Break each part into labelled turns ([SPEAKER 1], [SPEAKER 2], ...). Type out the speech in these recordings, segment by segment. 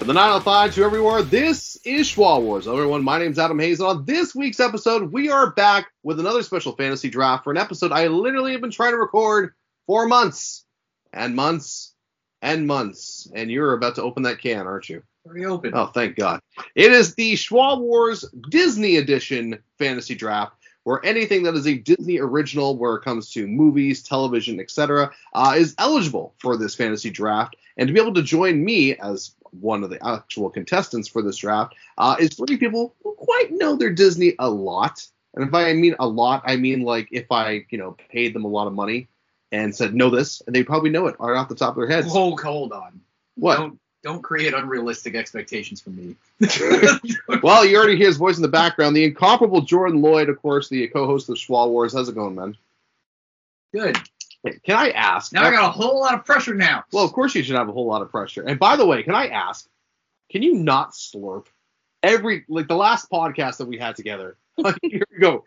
[SPEAKER 1] the 905 to everywhere. This is Schwa Wars. Hello, everyone. My name's Adam Hayes. And on this week's episode, we are back with another special fantasy draft for an episode I literally have been trying to record for months and months and months. And you're about to open that can, aren't you?
[SPEAKER 2] Already open.
[SPEAKER 1] Oh, thank God. It is the Schwa Wars Disney Edition fantasy draft, where anything that is a Disney original, where it comes to movies, television, etc., uh, is eligible for this fantasy draft. And to be able to join me as one of the actual contestants for this draft uh, is three people who quite know their Disney a lot. And if I mean a lot, I mean like if I, you know, paid them a lot of money and said, know this, and they probably know it right off the top of their heads.
[SPEAKER 2] Hold, hold on.
[SPEAKER 1] What?
[SPEAKER 2] Don't, don't create unrealistic expectations for me.
[SPEAKER 1] Well, you already hear his voice in the background. The incomparable Jordan Lloyd, of course, the co-host of Schwa Wars. How's it going, man?
[SPEAKER 2] Good.
[SPEAKER 1] Can I ask?
[SPEAKER 2] Now I got a whole lot of pressure now.
[SPEAKER 1] well, of course you should have a whole lot of pressure. And by the way, can I ask? Can you not slurp? Every like the last podcast that we had together. Like, here you go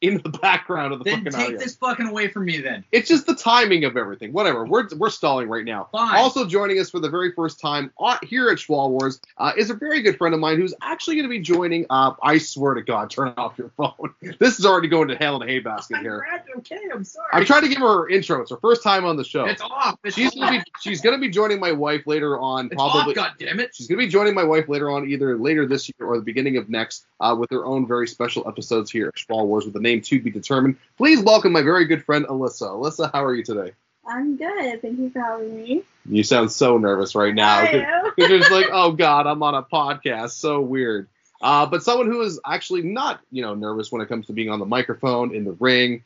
[SPEAKER 1] in the background of the
[SPEAKER 2] then
[SPEAKER 1] fucking
[SPEAKER 2] take
[SPEAKER 1] audio.
[SPEAKER 2] this fucking away from me then.
[SPEAKER 1] It's just the timing of everything. Whatever. We're we're stalling right now.
[SPEAKER 2] Fine.
[SPEAKER 1] Also joining us for the very first time on, here at Schwa Wars uh, is a very good friend of mine who's actually going to be joining. Uh, I swear to God, turn off your phone. This is already going to hell in a haybasket
[SPEAKER 2] I'm
[SPEAKER 1] here.
[SPEAKER 2] grabbed- okay, I'm sorry.
[SPEAKER 1] I'm trying to give her her intro. It's her first time on the show.
[SPEAKER 2] It's off. It's
[SPEAKER 1] She's
[SPEAKER 2] off.
[SPEAKER 1] gonna be she's gonna be joining my wife later on.
[SPEAKER 2] It's
[SPEAKER 1] Probably
[SPEAKER 2] off, God damn it.
[SPEAKER 1] she's gonna be joining my wife later on, either later this year or the beginning of next, uh, with their own very special episodes here at Schwa Wars with the name to be determined. Please welcome my very good friend Alyssa. Alyssa, how are you today?
[SPEAKER 3] I'm good. Thank you for having me.
[SPEAKER 1] You sound so nervous right now.
[SPEAKER 3] I am.
[SPEAKER 1] You're just like, oh god, I'm on a podcast. So weird. Uh, but someone who is actually not, you know, nervous when it comes to being on the microphone, in the ring,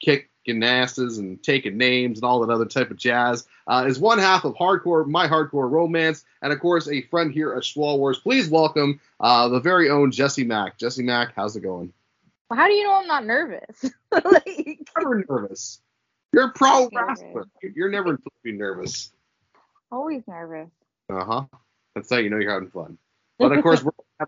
[SPEAKER 1] kicking asses and taking names and all that other type of jazz, uh, is one half of hardcore, my hardcore romance, and of course a friend here at Schwa Wars. Please welcome uh, the very own Jesse Mack. Jesse Mack, how's it going?
[SPEAKER 4] Well, How do you know I'm not nervous? like,
[SPEAKER 1] Never nervous. You're a pro
[SPEAKER 4] Never.
[SPEAKER 1] wrestler. You're never supposed to be nervous.
[SPEAKER 4] always nervous.
[SPEAKER 1] Uh huh. That's how you know you're having fun. But of course, we're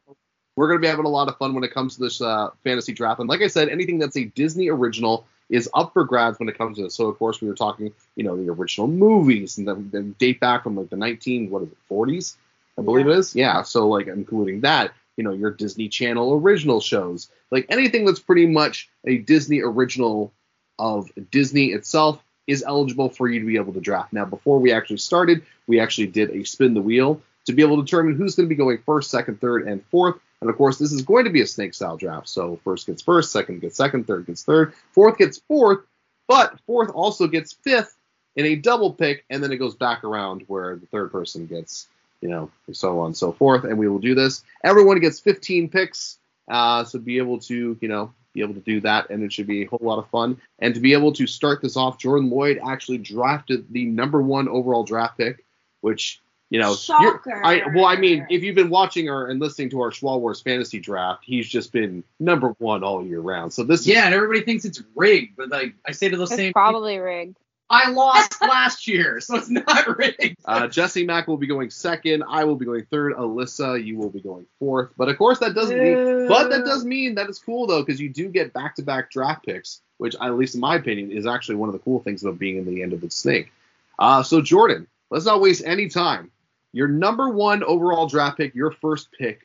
[SPEAKER 1] we're gonna be having a lot of fun when it comes to this uh, fantasy draft. And like I said, anything that's a Disney original is up for grabs when it comes to this. So of course, we were talking, you know, the original movies and then then date back from like the 19 what is it 40s, I believe it is. Yeah. So like including that, you know, your Disney Channel original shows, like anything that's pretty much a Disney original of Disney itself is eligible for you to be able to draft. Now, before we actually started, we actually did a spin the wheel to be able to determine who's going to be going first, second, third, and fourth. And of course, this is going to be a snake style draft. So first gets first, second gets second, third gets third, fourth gets fourth, but fourth also gets fifth in a double pick, and then it goes back around where the third person gets, you know, so on and so forth. And we will do this. Everyone gets 15 picks, uh, so be able to, you know, be able to do that, and it should be a whole lot of fun. And to be able to start this off, Jordan Lloyd actually drafted the number one overall draft pick, which you know, you're-
[SPEAKER 3] Shocker.
[SPEAKER 1] I well, I mean, if you've been watching or and listening to our Schwa Wars fantasy draft, he's just been number one all year round. So this,
[SPEAKER 2] Yeah, and everybody thinks it's rigged, but like I say to those
[SPEAKER 4] It's
[SPEAKER 2] same
[SPEAKER 4] probably rigged.
[SPEAKER 2] I lost last year, so it's not rigged.
[SPEAKER 1] uh, Jesse Mack will be going second. I will be going third. Alyssa, you will be going fourth. But of course, that doesn't mean, but that does mean that it's cool though, because you do get back-to-back draft picks, which at least in my opinion is actually one of the cool things about being in the end of the snake. Uh, so Jordan, let's not waste any time. Your number one overall draft pick, your first pick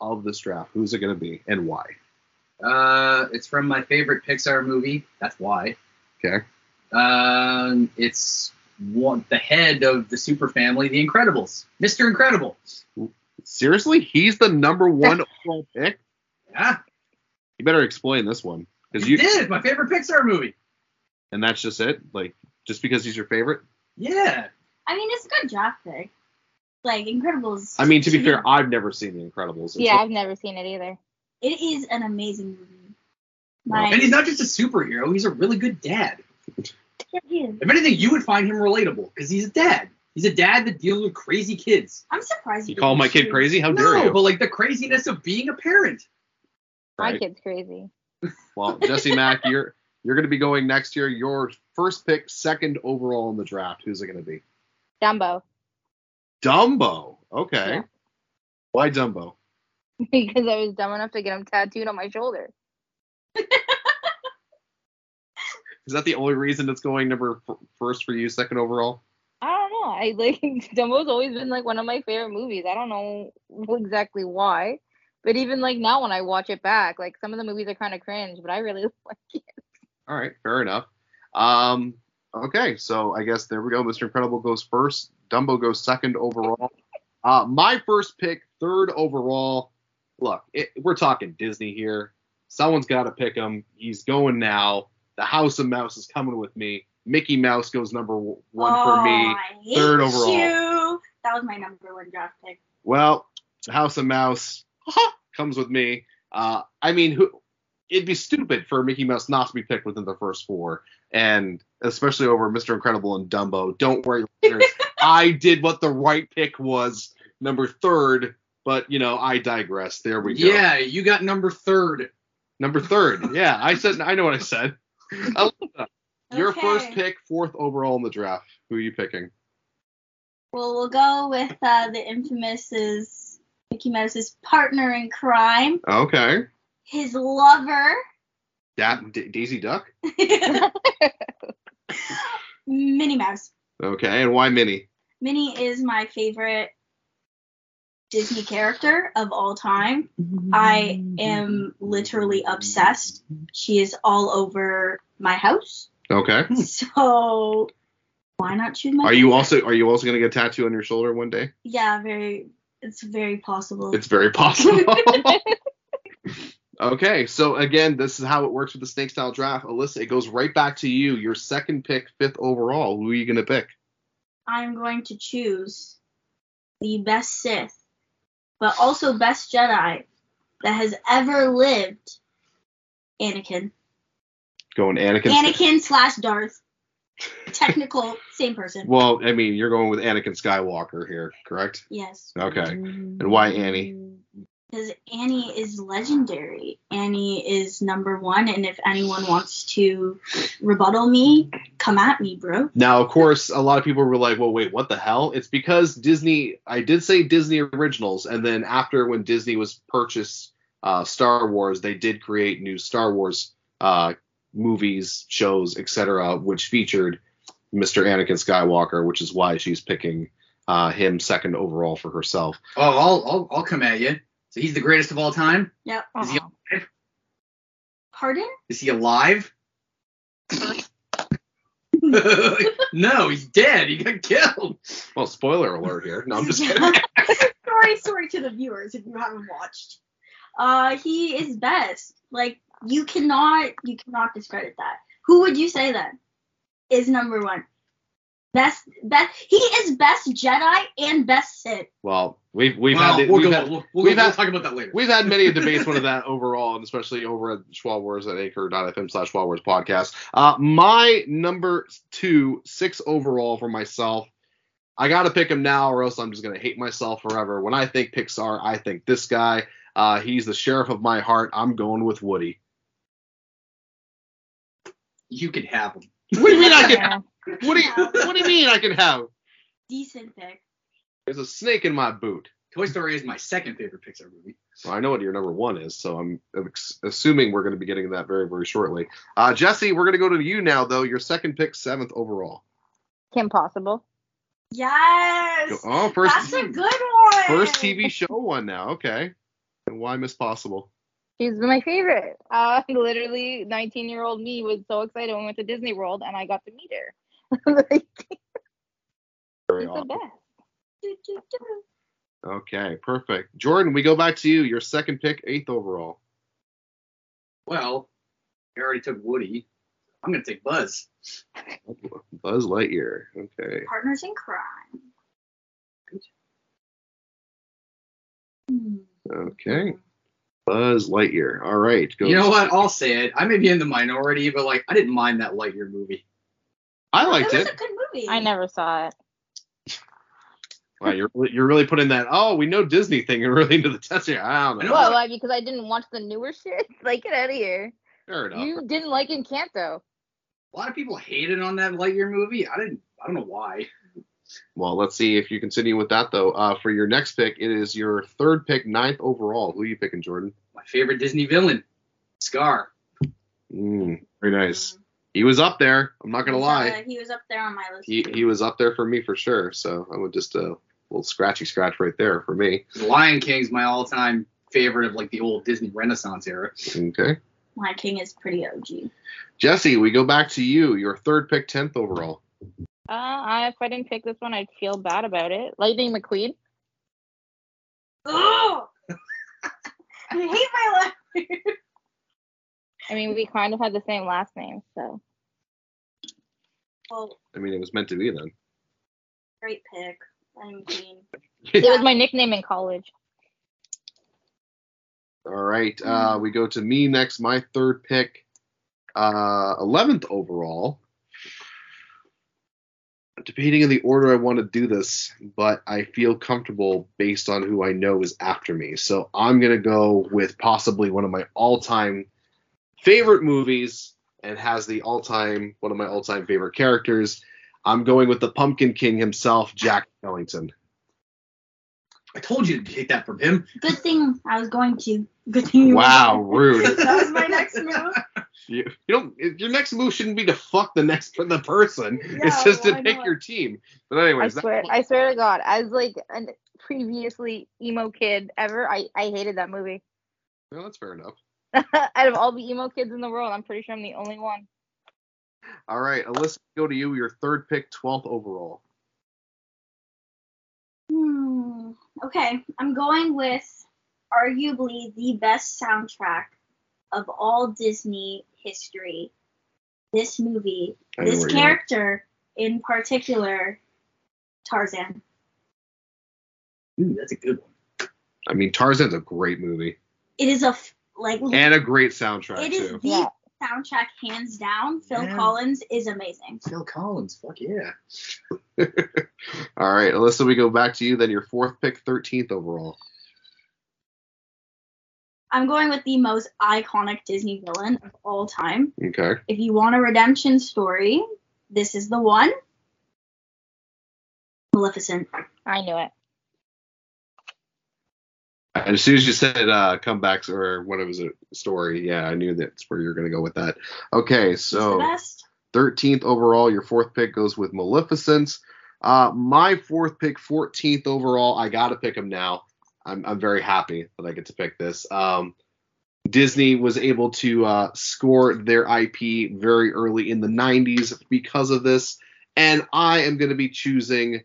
[SPEAKER 1] of this draft, who's it going to be and why?
[SPEAKER 2] Uh, it's from my favorite Pixar movie. That's why.
[SPEAKER 1] Okay.
[SPEAKER 2] Um, it's one the head of the super family, The Incredibles, Mr. Incredible.
[SPEAKER 1] Seriously, he's the number one overall pick.
[SPEAKER 2] Yeah,
[SPEAKER 1] You better explain this one, because
[SPEAKER 2] you
[SPEAKER 1] you
[SPEAKER 2] did. it, My favorite Pixar movie.
[SPEAKER 1] and that's just it. Like just because he's your favorite.
[SPEAKER 2] Yeah.
[SPEAKER 3] I mean, it's a good draft pick. Like Incredibles.
[SPEAKER 1] I mean, to be fair, I've never seen The Incredibles. It's
[SPEAKER 4] Yeah,
[SPEAKER 1] like-
[SPEAKER 4] I've never seen it either.
[SPEAKER 3] it is an amazing movie.
[SPEAKER 1] Wow.
[SPEAKER 3] Like,
[SPEAKER 2] And he's not just a superhero. He's a really good dad.
[SPEAKER 3] yeah, he is.
[SPEAKER 2] If anything, you would find him relatable because he's a dad. He's a dad that deals with crazy kids.
[SPEAKER 3] I'm surprised
[SPEAKER 1] you
[SPEAKER 3] didn't
[SPEAKER 1] call my
[SPEAKER 3] choose-
[SPEAKER 1] kid crazy? How dare
[SPEAKER 2] No,
[SPEAKER 1] you?
[SPEAKER 2] but like the craziness of being a parent.
[SPEAKER 4] My
[SPEAKER 1] Right.
[SPEAKER 4] kid's crazy.
[SPEAKER 1] Well, Jesse Mack, you're you're going to be going next year. Your first pick, second overall in the draft. Who's it going to be?
[SPEAKER 4] Dumbo,
[SPEAKER 1] Dumbo. Okay.
[SPEAKER 4] Yeah.
[SPEAKER 1] Why Dumbo?
[SPEAKER 4] because I was dumb enough to get him tattooed on my shoulder.
[SPEAKER 1] Is that the only reason it's going number f- first for you, second overall?
[SPEAKER 4] I don't know. I like Dumbo's always been like one of my favorite movies. I don't know exactly why, but even like now when I watch it back, like some of the movies are kind of cringe, but I really like it.
[SPEAKER 1] All right, fair enough. Um, okay, so I guess there we go. Mr. Incredible goes first. Dumbo goes second overall. Uh, my first pick, third overall. Look, it, we're talking Disney here. Someone's got to pick him. He's going now. The House of Mouse is coming with me. Mickey Mouse goes number w- one for me.
[SPEAKER 3] Oh, I hate
[SPEAKER 1] third overall.
[SPEAKER 3] You. That was my number one draft pick.
[SPEAKER 1] Well, House of Mouse comes with me. Uh, I mean, who? It'd be stupid for Mickey Mouse not to be picked within the first four, and especially over Mr. Incredible and Dumbo. Don't worry, listeners, I did what the right pick was, number third. But you know, I digress. There we go.
[SPEAKER 2] Yeah, you got number third.
[SPEAKER 1] Number third. Yeah, I said. I know what I said. Alyssa, Your
[SPEAKER 3] Okay.
[SPEAKER 1] first pick, fourth overall in the draft. Who are you picking?
[SPEAKER 3] Well, we'll go with uh, the infamous is Mickey Mouse's partner in crime,
[SPEAKER 1] Okay,
[SPEAKER 3] his lover,
[SPEAKER 1] that D- Daisy Duck.
[SPEAKER 3] Minnie Mouse.
[SPEAKER 1] Okay, and why Minnie?
[SPEAKER 3] Minnie is my favorite Disney character of all time. I am literally obsessed. She is all over my house.
[SPEAKER 1] Okay.
[SPEAKER 3] So why not choose my
[SPEAKER 1] Are you
[SPEAKER 3] favorite?
[SPEAKER 1] also are you also gonna get a tattoo on your shoulder one day?
[SPEAKER 3] Yeah, very it's very possible.
[SPEAKER 1] It's very possible. okay, so again, this is how it works with the snake style draft. Alyssa, it goes right back to you. Your second pick, fifth overall. Who are you gonna pick?
[SPEAKER 3] I'm going to choose the best Sith, but also best Jedi that has ever lived. Anakin.
[SPEAKER 1] Going Anakin.
[SPEAKER 3] Anakin slash Darth. Technical, same person.
[SPEAKER 1] Well, I mean, you're going with Anakin Skywalker here, correct?
[SPEAKER 3] Yes.
[SPEAKER 1] Okay. And why Annie?
[SPEAKER 3] Because Annie is legendary. Annie is number one, and if anyone wants to rebuttal me, come at me, bro.
[SPEAKER 1] Now, of course, a lot of people were like, "Well, wait, what the hell?" It's because Disney. I did say Disney originals, and then after when Disney was purchased uh, Star Wars, they did create new Star Wars uh, movies, shows, etc., which featured Mr. Anakin Skywalker, which is why she's picking uh, him second overall for herself.
[SPEAKER 2] Oh, I'll, I'll I'll come at you. So he's the greatest of all time.
[SPEAKER 3] Yep.
[SPEAKER 2] Is he-
[SPEAKER 4] Uh-uh.
[SPEAKER 3] Pardon?
[SPEAKER 2] Is he alive? no, he's dead. He got killed.
[SPEAKER 1] Well, spoiler alert here. No, I'm just kidding.
[SPEAKER 3] sorry, sorry to the viewers if you haven't watched. Uh, he is best. Like you cannot, you cannot discredit that. Who would you say then is number one? Best, best. He is best Jedi and best Sith.
[SPEAKER 1] Well, we've we've
[SPEAKER 2] Well,
[SPEAKER 1] had the-
[SPEAKER 2] we'll
[SPEAKER 1] we've
[SPEAKER 2] go.
[SPEAKER 1] had-
[SPEAKER 2] we'll, we'll,
[SPEAKER 1] we've
[SPEAKER 2] go-
[SPEAKER 1] had-
[SPEAKER 2] we'll talk about that later.
[SPEAKER 1] We've had many debates on that overall, and especially over at Schwalwars at anchor.fm slash Schwalwars podcast. Uh, my number two, six overall for myself. I got to pick him now, or else I'm just going to hate myself forever. When I think Pixar, I think this guy. Uh, he's the sheriff of my heart. I'm going with Woody.
[SPEAKER 2] you could have him.
[SPEAKER 1] What do you mean I can?
[SPEAKER 4] Yeah.
[SPEAKER 1] What do you, what do you mean I can have?
[SPEAKER 3] Decent pick.
[SPEAKER 1] There's a snake in my boot.
[SPEAKER 2] Toy Story is my second favorite Pixar movie.
[SPEAKER 1] Well, I know what your number one is, so I'm, I'm ex- assuming we're going to be getting that very, very shortly. Uh, Jesse, we're going to go to you now, though. Your second pick, seventh overall.
[SPEAKER 4] Kim Possible.
[SPEAKER 3] Yes.
[SPEAKER 1] Oh, first
[SPEAKER 3] That's a good one.
[SPEAKER 1] first TV show one now. Okay. And why Miss Possible?
[SPEAKER 4] She's my favorite. Uh, literally, 19 year old me was so excited when we went to Disney World and I got to meet her. like,
[SPEAKER 1] Very
[SPEAKER 4] she's the
[SPEAKER 1] awesome.
[SPEAKER 4] best.
[SPEAKER 3] Do, do, do.
[SPEAKER 1] Okay, perfect. Jordan, we go back to you. Your second pick, eighth overall.
[SPEAKER 2] Well, I already took Woody. I'm gonna take Buzz.
[SPEAKER 1] Buzz Lightyear. Okay.
[SPEAKER 3] Partners in crime. Hmm.
[SPEAKER 1] Okay. Buzz Lightyear. All right.
[SPEAKER 2] You know what? I'll say it. I may be in the minority, but like I didn't mind that Lightyear movie.
[SPEAKER 1] I
[SPEAKER 3] That
[SPEAKER 1] liked
[SPEAKER 3] was
[SPEAKER 1] it.
[SPEAKER 3] a good movie.
[SPEAKER 4] I never saw it.
[SPEAKER 1] Wow, you're you're really putting that. Oh, we know Disney thing and really into the test here. I don't
[SPEAKER 2] I
[SPEAKER 1] know.
[SPEAKER 2] know.
[SPEAKER 4] Well, why? Because I didn't watch the newer shit. Like, get out of here.
[SPEAKER 1] Fair enough.
[SPEAKER 4] You didn't like Encanto.
[SPEAKER 2] A lot of people hated on that Lightyear movie. I didn't. I don't know why.
[SPEAKER 1] Well, let's see if you continue with that though. Uh, for your next pick, it is your third pick, ninth overall. Who are you picking, Jordan?
[SPEAKER 2] My favorite Disney villain, Scar.
[SPEAKER 1] Mm, Hmm, very nice. he was up there. I'm not gonna
[SPEAKER 3] He was,
[SPEAKER 1] lie.
[SPEAKER 3] uh, he was up there on my list.
[SPEAKER 1] he he was up there for me for sure. So I would just a little scratchy scratch right there for me.
[SPEAKER 2] Lion King's my all-time favorite of like the old Disney Renaissance era.
[SPEAKER 1] Okay,
[SPEAKER 3] My king is pretty OG.
[SPEAKER 1] Jesse, we go back to you. Your third pick, tenth overall.
[SPEAKER 4] Uh, I, if I didn't pick this one, I'd feel bad about it. Lightning McQueen.
[SPEAKER 3] Oh, I hate my life.
[SPEAKER 4] I mean, we kind of had the same last name, so
[SPEAKER 3] Well,
[SPEAKER 1] I mean, it was meant to be then.
[SPEAKER 3] great pick. I'm green.
[SPEAKER 4] it was my nickname in college.
[SPEAKER 1] All right, uh, we go to me next. My third pick, uh, eleventh overall. I'm debating in the order I want to do this, but I feel comfortable based on who I know is after me. So I'm gonna go with possibly one of my all-time favorite movies and has the all-time one of my all-time favorite characters. I'm going with the Pumpkin King himself, Jack Skellington.
[SPEAKER 2] I told you to take that from him.
[SPEAKER 3] Good thing I was going to. Good thing. you went
[SPEAKER 1] Wow,
[SPEAKER 3] there.
[SPEAKER 1] rude.
[SPEAKER 3] That was my next move.
[SPEAKER 1] You, you don't. Your next move shouldn't be to fuck the next the person.
[SPEAKER 3] Yeah,
[SPEAKER 1] it's just to
[SPEAKER 3] why
[SPEAKER 1] pick
[SPEAKER 3] not?
[SPEAKER 1] your team. But anyways,
[SPEAKER 4] I
[SPEAKER 1] that-
[SPEAKER 4] swear, I swear to God, as like a previously emo kid ever, I, I hated that movie.
[SPEAKER 1] no, that's fair enough.
[SPEAKER 4] Out of all the emo kids in the world, I'm pretty sure I'm the only one.
[SPEAKER 1] All right, Alyssa, go to you. Your third pick, twelfth overall.
[SPEAKER 3] Hmm. Okay, I'm going with arguably the best soundtrack of all Disney history. This movie,
[SPEAKER 1] I know
[SPEAKER 3] this
[SPEAKER 1] where you're going.
[SPEAKER 3] character in particular, Tarzan.
[SPEAKER 2] Ooh, that's a good one.
[SPEAKER 1] I mean, Tarzan's a great movie
[SPEAKER 3] It is a f- like
[SPEAKER 1] and a great soundtrack
[SPEAKER 3] it is
[SPEAKER 1] too.
[SPEAKER 3] the
[SPEAKER 4] Yeah.
[SPEAKER 3] soundtrack hands down. Phil
[SPEAKER 2] Yeah.
[SPEAKER 3] Collins is amazing.
[SPEAKER 2] Phil Collins, fuck yeah.
[SPEAKER 1] All right, Alyssa, we go back to you. Then your fourth pick, thirteenth overall.
[SPEAKER 3] I'm going with the most iconic Disney villain of all time.
[SPEAKER 1] Okay.
[SPEAKER 3] If you want a redemption story, this is the one. Maleficent.
[SPEAKER 4] I knew it.
[SPEAKER 1] And as soon as you said uh, comebacks or what was it story, yeah, I knew that's where you're gonna go with that. Okay,
[SPEAKER 3] She's
[SPEAKER 1] so.
[SPEAKER 3] the best.
[SPEAKER 1] 13th overall. Your fourth pick goes with Maleficent. Uh, my fourth pick, 14th overall. I gotta pick him now. I'm, I'm very happy that I get to pick this. Um, Disney was able to uh, score their IP very early in the 90s because of this, and I am going to be choosing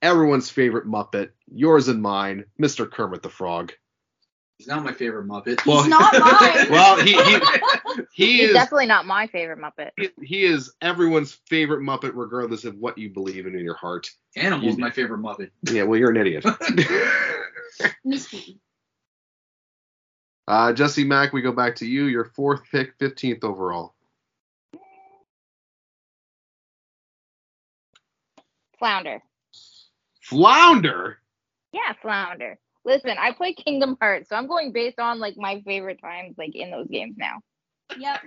[SPEAKER 1] everyone's favorite Muppet, yours and mine, Mr. Kermit the Frog.
[SPEAKER 2] He's not my favorite Muppet.
[SPEAKER 3] He's not mine.
[SPEAKER 1] Well, he he, he
[SPEAKER 4] He's
[SPEAKER 1] is
[SPEAKER 4] definitely not my favorite Muppet.
[SPEAKER 1] he, he is everyone's favorite Muppet, regardless of what you believe in in your heart.
[SPEAKER 2] Animal's my favorite Muppet.
[SPEAKER 1] Yeah, well, you're an idiot.
[SPEAKER 3] Misty.
[SPEAKER 1] uh, Jesse Mack, we go back to you. Your fourth pick, 15th overall.
[SPEAKER 4] Flounder.
[SPEAKER 1] Flounder.
[SPEAKER 4] Yeah, Flounder. Listen, I play Kingdom Hearts, so I'm going based on like my favorite times like in those games now.
[SPEAKER 3] Yep.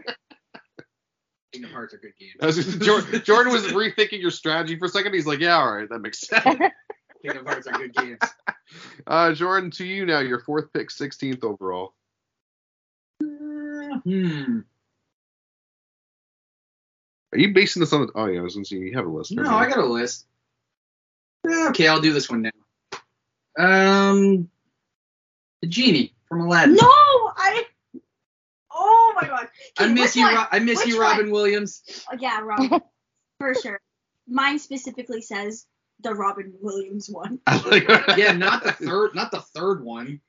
[SPEAKER 2] Kingdom Hearts are good games.
[SPEAKER 1] That was just- Jordan, Jordan was rethinking your strategy for a second. He's like, yeah, all right, that makes sense.
[SPEAKER 2] Kingdom Hearts are good games.
[SPEAKER 1] Uh, Jordan, to you now. Your fourth pick, 16th overall.
[SPEAKER 2] Hmm.
[SPEAKER 1] Are you basing this on? The, oh yeah, I was gonna see you have a list.
[SPEAKER 2] No, I got a list. Eh, Okay, I'll do this one now. Um, the genie from Aladdin.
[SPEAKER 3] No, I. Oh my god.
[SPEAKER 2] I
[SPEAKER 3] Okay,
[SPEAKER 2] miss
[SPEAKER 3] which
[SPEAKER 2] you.
[SPEAKER 3] one?
[SPEAKER 2] Ro- I miss
[SPEAKER 3] Which
[SPEAKER 2] you, Robin Williams.
[SPEAKER 3] Oh, yeah, Robin. For sure. Mine specifically says the Robin Williams one.
[SPEAKER 1] got.
[SPEAKER 2] Yeah, not the third. Not the third one.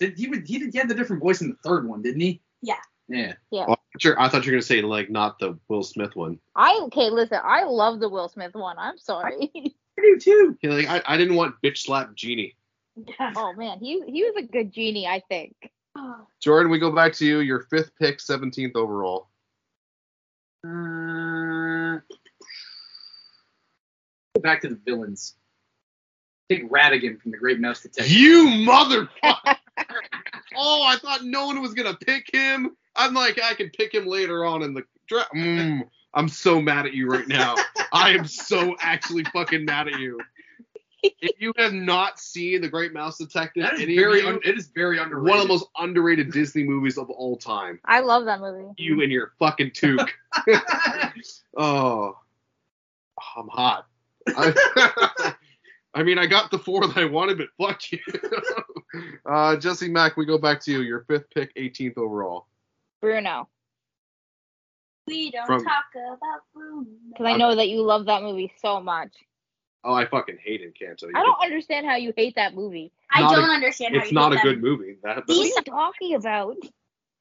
[SPEAKER 2] Did he? would- He did. He had the different voice in the third one, didn't he?
[SPEAKER 3] Yeah.
[SPEAKER 2] Yeah.
[SPEAKER 1] Sure, I thought you were gonna say like not the Will Smith one.
[SPEAKER 4] I okay, listen, I love the Will Smith one. I'm sorry.
[SPEAKER 2] I do too.
[SPEAKER 1] Yeah, like I, I didn't want bitch slap genie.
[SPEAKER 3] Yeah.
[SPEAKER 4] oh man, he he was a good genie, I think.
[SPEAKER 3] Oh,
[SPEAKER 1] Jordan, we go back to you. Your fifth pick, 17th overall.
[SPEAKER 2] Uh, go back to the villains. Take Radigan from the Great Mouse Detective.
[SPEAKER 1] You motherfucker! oh, I thought no one was gonna pick him. I'm like, I can pick him later on in the draft. Mm, I'm so mad at you right now. I am so actually fucking mad at you. if you have not seen The Great Mouse Detective,
[SPEAKER 2] That is
[SPEAKER 1] any of
[SPEAKER 2] very
[SPEAKER 1] you,
[SPEAKER 2] un- it is very underrated.
[SPEAKER 1] one of the most underrated Disney movies of all time.
[SPEAKER 4] I love that movie.
[SPEAKER 1] You and your fucking toque. Oh, I'm hot. I, I mean, I got the four that I wanted, but fuck you. uh, Jesse Mack, we go back to you. Your fifth pick, 18th overall.
[SPEAKER 4] Bruno.
[SPEAKER 3] We don't
[SPEAKER 1] From-
[SPEAKER 3] talk about Bruno.
[SPEAKER 4] Because I know that you love that movie so much.
[SPEAKER 1] Oh, I fucking hate Encanto.
[SPEAKER 4] I don't understand how you hate that movie.
[SPEAKER 3] I
[SPEAKER 1] not a-
[SPEAKER 3] don't understand how
[SPEAKER 1] It's
[SPEAKER 3] you
[SPEAKER 1] not a
[SPEAKER 3] feel
[SPEAKER 1] good movie. That,
[SPEAKER 4] What are
[SPEAKER 1] the,
[SPEAKER 3] These-
[SPEAKER 4] you talking about?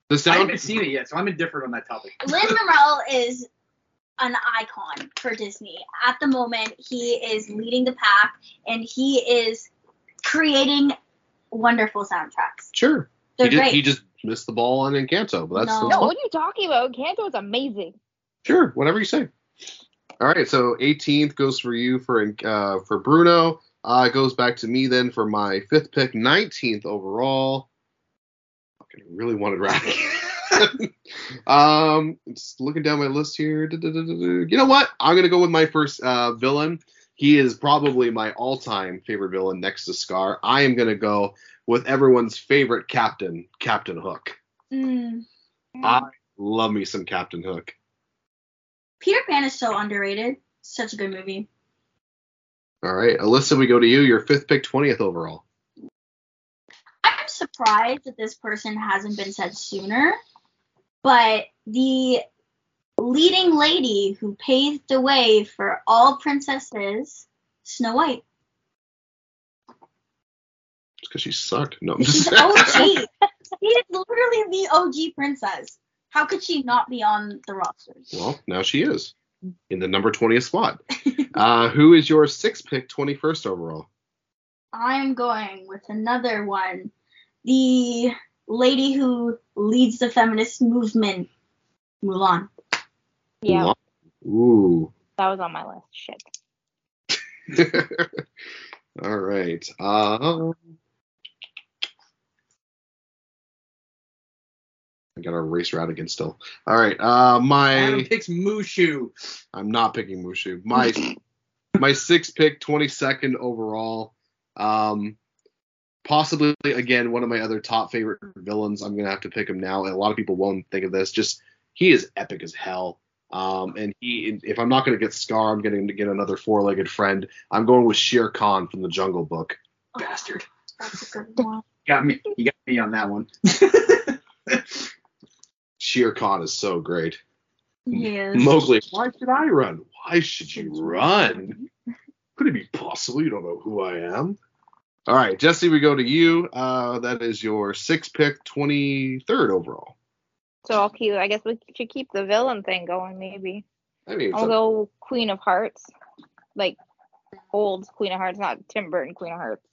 [SPEAKER 1] the
[SPEAKER 2] I
[SPEAKER 1] sound.
[SPEAKER 2] haven't seen it yet, so I'm indifferent on that topic.
[SPEAKER 3] that. Lin Manuel is an icon for Disney. At the moment, he is leading the pack and he is creating wonderful soundtracks.
[SPEAKER 1] Sure.
[SPEAKER 3] They're
[SPEAKER 1] He just,
[SPEAKER 3] great.
[SPEAKER 1] he just missed the ball on Encanto, but that's, that's
[SPEAKER 3] No.
[SPEAKER 4] No, what are you talking about? Canto is amazing.
[SPEAKER 1] Sure, whatever you say. All right, so 18th goes for you for uh, for Bruno. Uh, it goes back to me then for my fifth pick, 19th overall. Fucking really wanted Radic. um, just looking down my list here. Du-du-du-du-du. You know what? I'm gonna go with my first uh, villain. He is probably my all-time favorite villain next to Scar. I am gonna go with everyone's favorite captain, Captain Hook.
[SPEAKER 3] Mm.
[SPEAKER 1] I love me some Captain Hook.
[SPEAKER 3] Peter Pan is so underrated. Such a good movie.
[SPEAKER 1] All right, Alyssa, we go to you. Your fifth pick, twentieth overall.
[SPEAKER 3] I'm surprised that this person hasn't been said sooner, but the leading lady who paved the way for all princesses, Snow White.
[SPEAKER 1] It's because she sucked. No, I'm
[SPEAKER 3] She's
[SPEAKER 1] just
[SPEAKER 3] OG. she is literally the OG princess. How could she not be on the roster?
[SPEAKER 1] well, now she is in the number twentieth spot. Uh, who is your sixth pick, twenty-first overall?
[SPEAKER 3] I'm going with another one. The lady who leads the feminist movement, Mulan.
[SPEAKER 4] Yeah,
[SPEAKER 1] Ooh.
[SPEAKER 4] that was on my list. Shit.
[SPEAKER 1] All right. Um, I got to race route again still. All right. Uh, my
[SPEAKER 2] Adam picks Mushu.
[SPEAKER 1] I'm not picking Mushu. My my sixth pick, 22nd overall. Um, possibly again one of my other top favorite villains. I'm gonna have to pick him now, and a lot of people won't think of this. Just he is epic as hell. Um, and he, if I'm not gonna get Scar, I'm going to get another four-legged friend. I'm going with Shere Khan from the Jungle Book.
[SPEAKER 2] Bastard.
[SPEAKER 3] That's a good one.
[SPEAKER 2] Got me. You got me on that one.
[SPEAKER 1] Shere Khan is so great.
[SPEAKER 3] Yes.
[SPEAKER 1] Mowgli, why should I run? Why should you run? Could it be possible you don't know who I am? All right, Jesse, we go to you. Uh, that is your sixth pick, 23rd overall.
[SPEAKER 4] So I'll keep. I guess we should keep the villain thing going, maybe.
[SPEAKER 1] I mean, it's
[SPEAKER 4] I'll
[SPEAKER 1] a-
[SPEAKER 4] go Queen of Hearts, like old Queen of Hearts, not Tim Burton Queen of Hearts.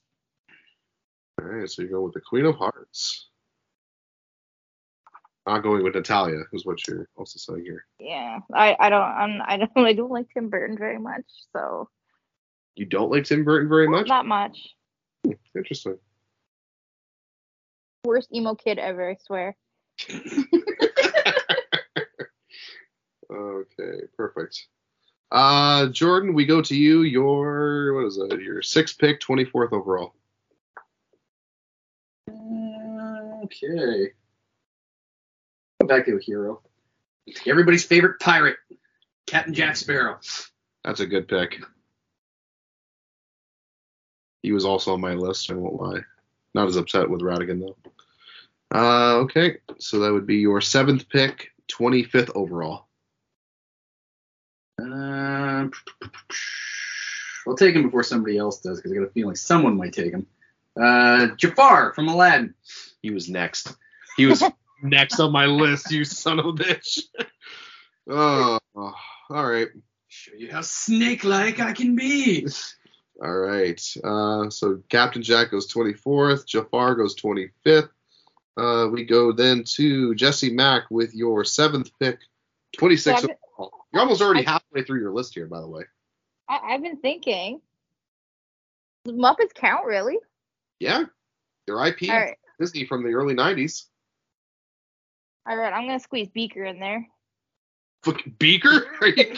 [SPEAKER 1] all right, so you go with the Queen of Hearts. Not going with Natalia, is what you're also saying here.
[SPEAKER 4] Yeah, I I don't I'm, I don't I don't like Tim Burton very much, so
[SPEAKER 1] You don't like Tim Burton very much?
[SPEAKER 4] not much.
[SPEAKER 1] Interesting.
[SPEAKER 4] Worst emo kid ever, I swear.
[SPEAKER 1] Okay, perfect. Uh, Jordan, we go to you. Your, what is that? Your sixth pick, 24th overall.
[SPEAKER 2] Mm, Okay. Go back to a hero. Everybody's favorite pirate, Captain Jack Sparrow.
[SPEAKER 1] That's a good pick. He was also on my list, I won't lie. Not as upset with Radigan, though. Uh, okay, so that would be your seventh pick, 25th overall.
[SPEAKER 2] Um, I'll take him before somebody else does because I got a feeling someone might take him. Uh, Jafar from Aladdin.
[SPEAKER 1] He was next. He was next on my list, you son of a bitch. oh, all right.
[SPEAKER 2] Show you how snake-like I can be.
[SPEAKER 1] All right. Uh, so Captain Jack goes 24th. Jafar goes 25th. Uh, we go then to Jesse Mack with your seventh pick, 26th
[SPEAKER 4] Seven-
[SPEAKER 1] overall. You're almost already
[SPEAKER 4] I-
[SPEAKER 1] halfway through your list here, by the way.
[SPEAKER 4] I, I've been thinking. The Muppets count really?
[SPEAKER 1] Yeah. Their IP
[SPEAKER 4] All right,
[SPEAKER 1] Disney from the early 90s.
[SPEAKER 4] all right. I'm gonna squeeze Beaker in there.
[SPEAKER 1] Fuck, Beaker? Are you-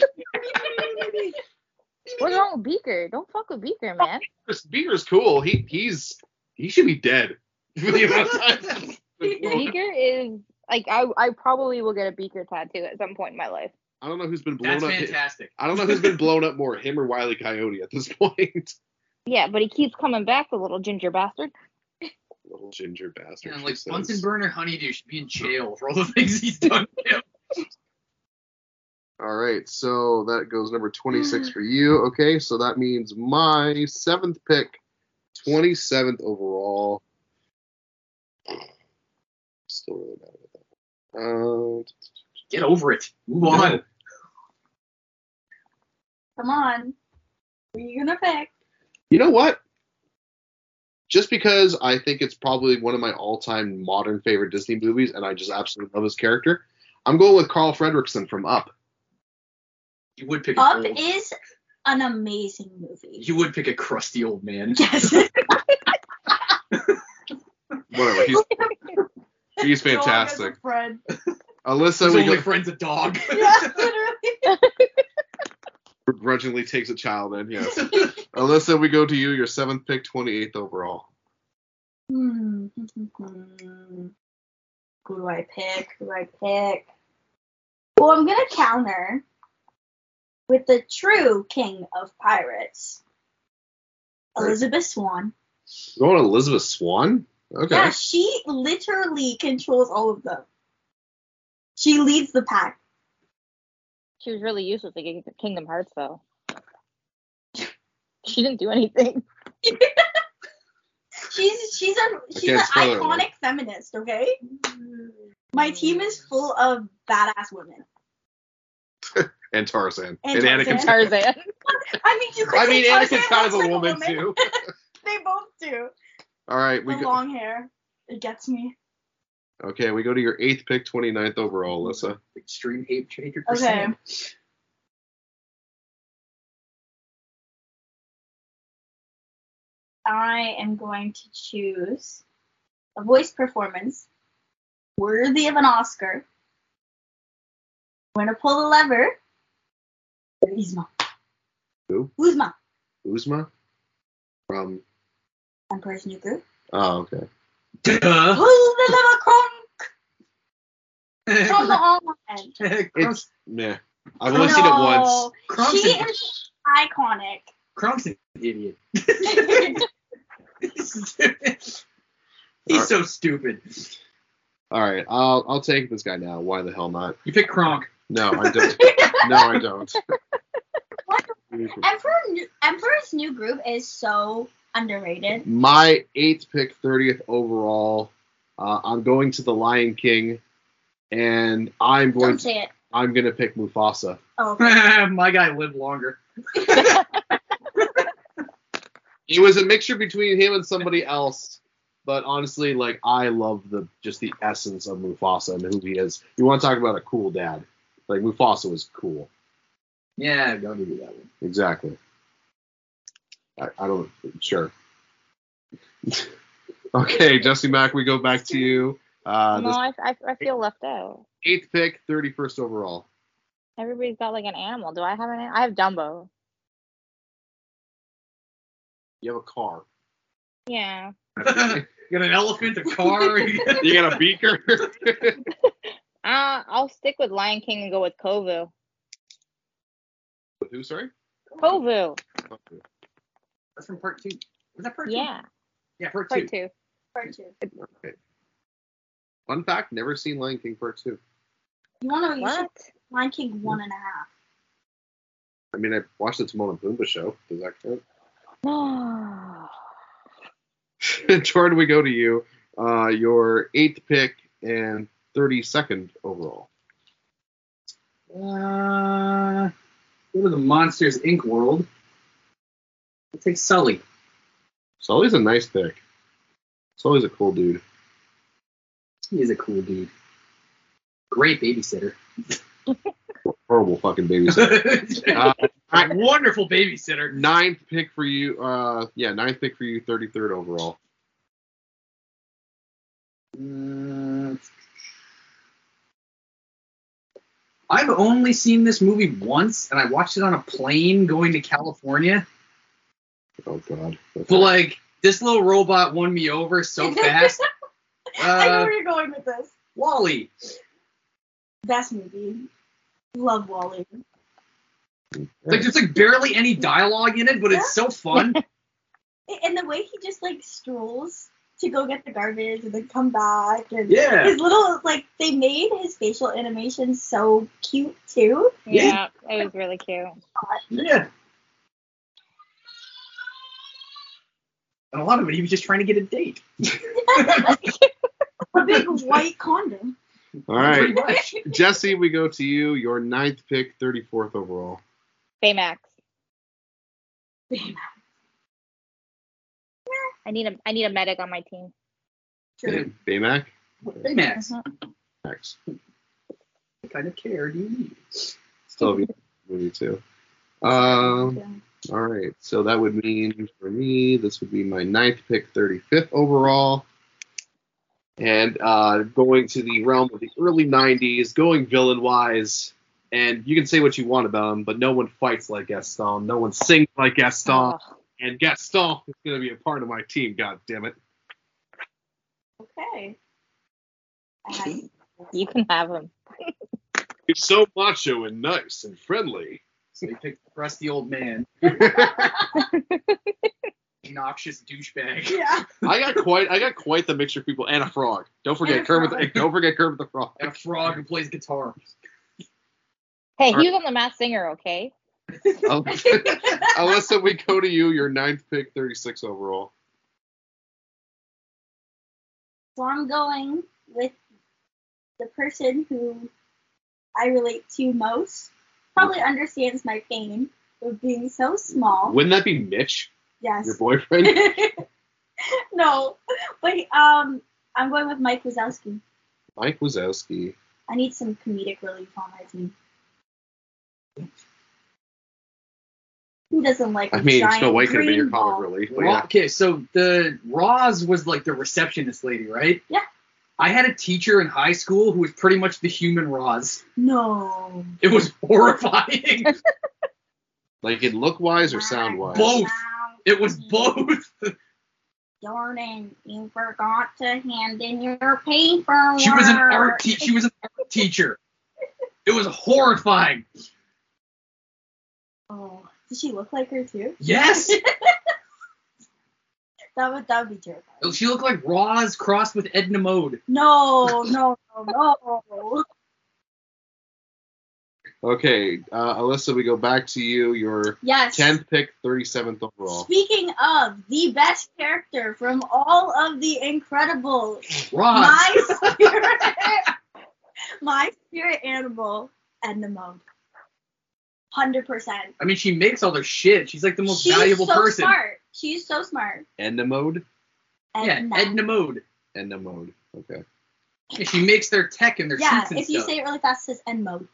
[SPEAKER 4] What's wrong with Beaker? Don't fuck with Beaker, man.
[SPEAKER 1] Beaker's, Beaker's cool. He he's he should be dead. For the amount of time.
[SPEAKER 4] Beaker is like I I probably will get a Beaker tattoo at some point in my life.
[SPEAKER 1] I don't know who's been blown
[SPEAKER 2] That's
[SPEAKER 1] up.
[SPEAKER 2] fantastic.
[SPEAKER 1] I don't know who's been blown up more, him or Wiley Coyote at this point.
[SPEAKER 4] Yeah, but he keeps coming back, the little ginger bastard.
[SPEAKER 1] Little ginger bastard.
[SPEAKER 2] And
[SPEAKER 1] she
[SPEAKER 2] like
[SPEAKER 1] says.
[SPEAKER 2] Bunsen Burner Honeydew should be in jail for all the things he's done. to him.
[SPEAKER 1] All right, so that goes number 26 for you. Okay, so that means my seventh pick, 27th overall. Still really mad about that. Uh,
[SPEAKER 2] Get over it. Move on.
[SPEAKER 3] Come on. Who are you gonna pick?
[SPEAKER 1] you know what? Just because I think it's probably one of my all-time modern favorite Disney movies, and I just absolutely love his character, I'm going with Carl Fredrickson from Up.
[SPEAKER 2] You would pick a
[SPEAKER 3] Up
[SPEAKER 2] old,
[SPEAKER 3] is an amazing movie.
[SPEAKER 2] you would pick a crusty old man.
[SPEAKER 3] Yes.
[SPEAKER 1] Whatever, he's he's fantastic.
[SPEAKER 3] Friend.
[SPEAKER 1] Alyssa,
[SPEAKER 2] His
[SPEAKER 1] we
[SPEAKER 2] only
[SPEAKER 1] go-
[SPEAKER 2] friend's a dog.
[SPEAKER 3] Yeah, literally.
[SPEAKER 1] begrudgingly takes a child in. Yes. Alyssa, we go to you. Your seventh pick, 28th overall.
[SPEAKER 3] Hmm. Who do I pick? Who do I pick? Well, I'm gonna counter with the true king of pirates, Elizabeth Swan.
[SPEAKER 1] You're going Elizabeth Swan? Okay.
[SPEAKER 3] Yeah, she literally controls all of them. She leads the pack.
[SPEAKER 4] She was really useless at King- Kingdom Hearts though. She didn't do anything.
[SPEAKER 3] She's she's a she's
[SPEAKER 1] Okay,
[SPEAKER 3] an
[SPEAKER 1] spoiler alert.
[SPEAKER 3] iconic feminist. Okay. My team is full of badass women.
[SPEAKER 1] And Tarzan.
[SPEAKER 3] And
[SPEAKER 1] Anakin.
[SPEAKER 3] Tarzan.
[SPEAKER 4] Tarzan.
[SPEAKER 3] I mean, you could.
[SPEAKER 1] I mean,
[SPEAKER 3] say
[SPEAKER 1] Anakin's
[SPEAKER 3] Tarzan
[SPEAKER 1] kind of
[SPEAKER 3] looks
[SPEAKER 1] a
[SPEAKER 3] like
[SPEAKER 1] woman too.
[SPEAKER 3] They both do.
[SPEAKER 1] All right, we
[SPEAKER 3] the
[SPEAKER 1] go.
[SPEAKER 3] long hair. It gets me.
[SPEAKER 1] Okay, we go to your eighth pick, 29th overall, Alyssa.
[SPEAKER 2] Extreme hate changer.
[SPEAKER 3] Okay.
[SPEAKER 2] Okay.
[SPEAKER 3] I am going to choose a voice performance worthy of an Oscar. I'm gonna pull the lever. Uzma.
[SPEAKER 1] Who?
[SPEAKER 3] Uzma.
[SPEAKER 1] Uzma from.
[SPEAKER 3] Emperor's New Groove.
[SPEAKER 1] Oh, okay.
[SPEAKER 2] Duh.
[SPEAKER 3] Who's the little crunk from the online?
[SPEAKER 2] Crunk's,
[SPEAKER 1] Yeah. I've only seen it once.
[SPEAKER 2] Crunk's
[SPEAKER 3] She
[SPEAKER 2] an,
[SPEAKER 3] is iconic.
[SPEAKER 2] Crunk's an idiot.
[SPEAKER 1] Alright.
[SPEAKER 2] He's so stupid.
[SPEAKER 1] All right, I'll I'll take this guy now. Why the hell not?
[SPEAKER 2] You pick Kronk.
[SPEAKER 1] No, I don't. no, I don't.
[SPEAKER 3] Emperor New- Emperor's New Groove is so underrated.
[SPEAKER 1] My eighth pick, 30th overall. Uh, I'm going to the Lion King, and I'm going.
[SPEAKER 3] Don't
[SPEAKER 1] To,
[SPEAKER 3] say it.
[SPEAKER 1] I'm going to pick Mufasa.
[SPEAKER 3] Oh, okay.
[SPEAKER 2] My guy lived longer.
[SPEAKER 1] It was a mixture between him and somebody else, but honestly, like I love the just the essence of Mufasa and who he is. You want to talk about a cool dad? Like Mufasa was cool.
[SPEAKER 2] Yeah, don't do that one.
[SPEAKER 1] Exactly. I, I don't sure. okay, Jesse Mack, we go back to you. Uh,
[SPEAKER 4] no,
[SPEAKER 1] this
[SPEAKER 4] I, I, I feel left out.
[SPEAKER 1] eighth pick, 31st overall.
[SPEAKER 4] Everybody's got like an animal. Do I have an? I have Dumbo.
[SPEAKER 1] You have a car.
[SPEAKER 4] Yeah.
[SPEAKER 2] You got an elephant, a car.
[SPEAKER 1] You got a beaker.
[SPEAKER 4] Uh, I'll stick with Lion King and go with Kovu.
[SPEAKER 1] With who? Sorry.
[SPEAKER 4] Kovu.
[SPEAKER 2] That's from part two. Was that part two?
[SPEAKER 4] Yeah.
[SPEAKER 2] Yeah, part two.
[SPEAKER 4] Part two.
[SPEAKER 3] Part two.
[SPEAKER 1] Fun fact: never seen Lion King Part Two.
[SPEAKER 3] You wanna you should
[SPEAKER 4] What?
[SPEAKER 3] Lion King one and a half.
[SPEAKER 1] I mean, I watched the Timon and Pumbaa show. Does that count?
[SPEAKER 4] No.
[SPEAKER 1] Jordan, we go to you. Uh, your eighth pick and 32nd overall.
[SPEAKER 2] Uh, go to the Monsters Inc. world. I'll take Sully.
[SPEAKER 1] Sully's a nice pick. Sully's a cool dude.
[SPEAKER 2] He is a cool dude. Great babysitter.
[SPEAKER 1] Horrible fucking babysitter. uh,
[SPEAKER 2] A Wonderful babysitter.
[SPEAKER 1] ninth pick for you. Uh, yeah, ninth pick for you. 33rd overall.
[SPEAKER 2] Uh, I've only seen this movie once, and I watched it on a plane going to California.
[SPEAKER 1] Oh God. That's-
[SPEAKER 2] But like, this little robot won me over so fast.
[SPEAKER 3] I know
[SPEAKER 2] Uh,
[SPEAKER 3] where you're going with this.
[SPEAKER 2] Wally.
[SPEAKER 3] Best movie. Love Wally.
[SPEAKER 2] Like, there's like barely any dialogue in it, but it's so fun.
[SPEAKER 3] And the way he just like strolls to go get the garbage and then come back and
[SPEAKER 2] Yeah.
[SPEAKER 3] his little like they made his facial animation so cute too.
[SPEAKER 4] Yeah, it was really cute.
[SPEAKER 2] Yeah. And a lot of it, he was just trying to get a date.
[SPEAKER 3] A big white condom.
[SPEAKER 1] All right,
[SPEAKER 2] Pretty much.
[SPEAKER 1] Jesse, we go to you. Your ninth pick, 34th overall.
[SPEAKER 4] Baymax.
[SPEAKER 3] Baymax.
[SPEAKER 4] I need a I need a medic on my team.
[SPEAKER 3] True.
[SPEAKER 1] Baymax.
[SPEAKER 2] Hey, Max.
[SPEAKER 3] Uh-huh.
[SPEAKER 1] Max.
[SPEAKER 2] What kind of care do you need?
[SPEAKER 1] Still have you movie too. Um. All right. So that would mean for me, this would be my ninth pick, 35th overall. And uh, going to the realm of the early 90s, going villain wise. And you can say what you want about him, but no one fights like Gaston. No one sings like Gaston.
[SPEAKER 3] Oh.
[SPEAKER 4] Ugh.
[SPEAKER 1] And Gaston is going to be a part of my team, God damn it.
[SPEAKER 3] okay. I had
[SPEAKER 4] Oh, you can have him.
[SPEAKER 1] He's so macho and nice and friendly.
[SPEAKER 2] So they picked the crusty old man, obnoxious douchebag.
[SPEAKER 3] yeah.
[SPEAKER 1] I got quite I got quite the mixture of people and a frog. Don't forget
[SPEAKER 3] And a
[SPEAKER 1] Kermit
[SPEAKER 3] frog.
[SPEAKER 1] The, don't forget Kermit the Frog.
[SPEAKER 2] And a frog who plays guitar.
[SPEAKER 3] Oh,
[SPEAKER 4] Hey,
[SPEAKER 1] Alright.
[SPEAKER 4] he was on the Masked Singer, okay?
[SPEAKER 1] Oh. Alyssa, we go to you. Your ninth pick, 36 overall.
[SPEAKER 3] So I'm going with the person who I relate to most, probably understands my pain of being so small.
[SPEAKER 1] Wouldn't that be Mitch,
[SPEAKER 3] yes.
[SPEAKER 1] your boyfriend?
[SPEAKER 3] no, but um, I'm going with Mike Wazowski.
[SPEAKER 1] Mike Wazowski.
[SPEAKER 3] I need some comedic relief on my team. Who doesn't like?
[SPEAKER 1] I mean,
[SPEAKER 3] giant
[SPEAKER 1] Snow White could have been your
[SPEAKER 3] green ball?
[SPEAKER 1] comic relief. but
[SPEAKER 2] Ra-
[SPEAKER 1] yeah.
[SPEAKER 2] Okay, so the Roz was like the receptionist lady, right?
[SPEAKER 3] Yeah.
[SPEAKER 2] I had a teacher in high school who was pretty much the human Roz.
[SPEAKER 3] No.
[SPEAKER 2] It was horrifying.
[SPEAKER 1] Like in look wise or sound wise?
[SPEAKER 2] Both. it was both.
[SPEAKER 3] Jordan, you forgot to hand in your paperwork.
[SPEAKER 2] She was an art te- she was an art teacher. It was horrifying.
[SPEAKER 3] Oh, does she look like her too?
[SPEAKER 2] Yes.
[SPEAKER 3] That would that would be terrifying.
[SPEAKER 2] She looked like Roz crossed with Edna Mode.
[SPEAKER 3] No, no, no, no.
[SPEAKER 1] Okay, uh, Alyssa, we go back to you. Your
[SPEAKER 3] Yes.
[SPEAKER 1] 10th pick, 37th overall.
[SPEAKER 3] Speaking of the best character from all of the Incredibles,
[SPEAKER 2] Roz.
[SPEAKER 3] my spirit, my spirit animal, Edna Mode. Hundred percent.
[SPEAKER 2] I mean, she makes all their shit. She's like the most
[SPEAKER 3] She's
[SPEAKER 2] valuable
[SPEAKER 3] so
[SPEAKER 2] person.
[SPEAKER 3] smart. She's so smart.
[SPEAKER 1] Edna mode?
[SPEAKER 2] Yeah, Edna Mode.
[SPEAKER 1] Edna mode. Okay,
[SPEAKER 2] Yeah, she makes their tech and their
[SPEAKER 3] Yeah,
[SPEAKER 2] suits and
[SPEAKER 3] if you
[SPEAKER 2] stuff.
[SPEAKER 3] say it really fast, it says Ed Mode.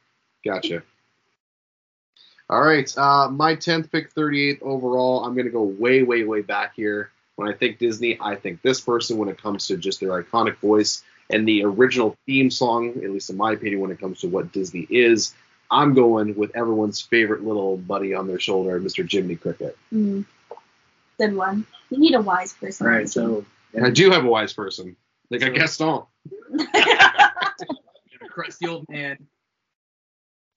[SPEAKER 1] gotcha. All right, uh, my 10th pick, 38th overall. I'm going to go way, way, way back here. When I think Disney, I think this person when it comes to just their iconic voice and the original theme song, at least in my opinion, when it comes to what Disney is. I'm going with everyone's favorite little buddy on their shoulder, Mr. Jiminy Cricket.
[SPEAKER 3] Mm. Good one. You need a wise person.
[SPEAKER 2] All right, so
[SPEAKER 1] And I do have a wise person. Like I guess not.
[SPEAKER 2] you got a crusty old man,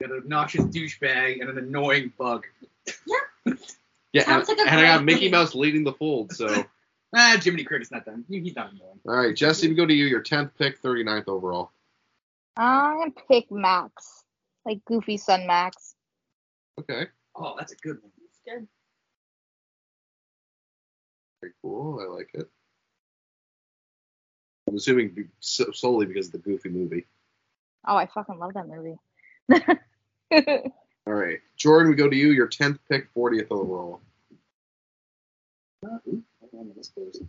[SPEAKER 2] you got an obnoxious douchebag, and an annoying bug.
[SPEAKER 1] Yeah, and,
[SPEAKER 3] Sounds like a
[SPEAKER 1] and I got
[SPEAKER 3] great
[SPEAKER 1] Mickey
[SPEAKER 3] team.
[SPEAKER 1] Mouse leading the fold. So, all
[SPEAKER 2] Ah, Jiminy Cricket's not done. He, he's not annoying.
[SPEAKER 1] right, Jesse, we go to you. Your 10th pick, 39th overall.
[SPEAKER 4] I'm gonna pick Max. Like goofy son Max.
[SPEAKER 1] Okay,
[SPEAKER 2] Oh, that's a good one.
[SPEAKER 3] It's good.
[SPEAKER 1] very cool. I like it. I'm assuming be- so- solely because of the Goofy movie.
[SPEAKER 4] Oh, I fucking love that movie.
[SPEAKER 1] All right, Jordan, we go to you. Your 10th pick, 40th overall.
[SPEAKER 2] Uh, ooh, hold on, this goes.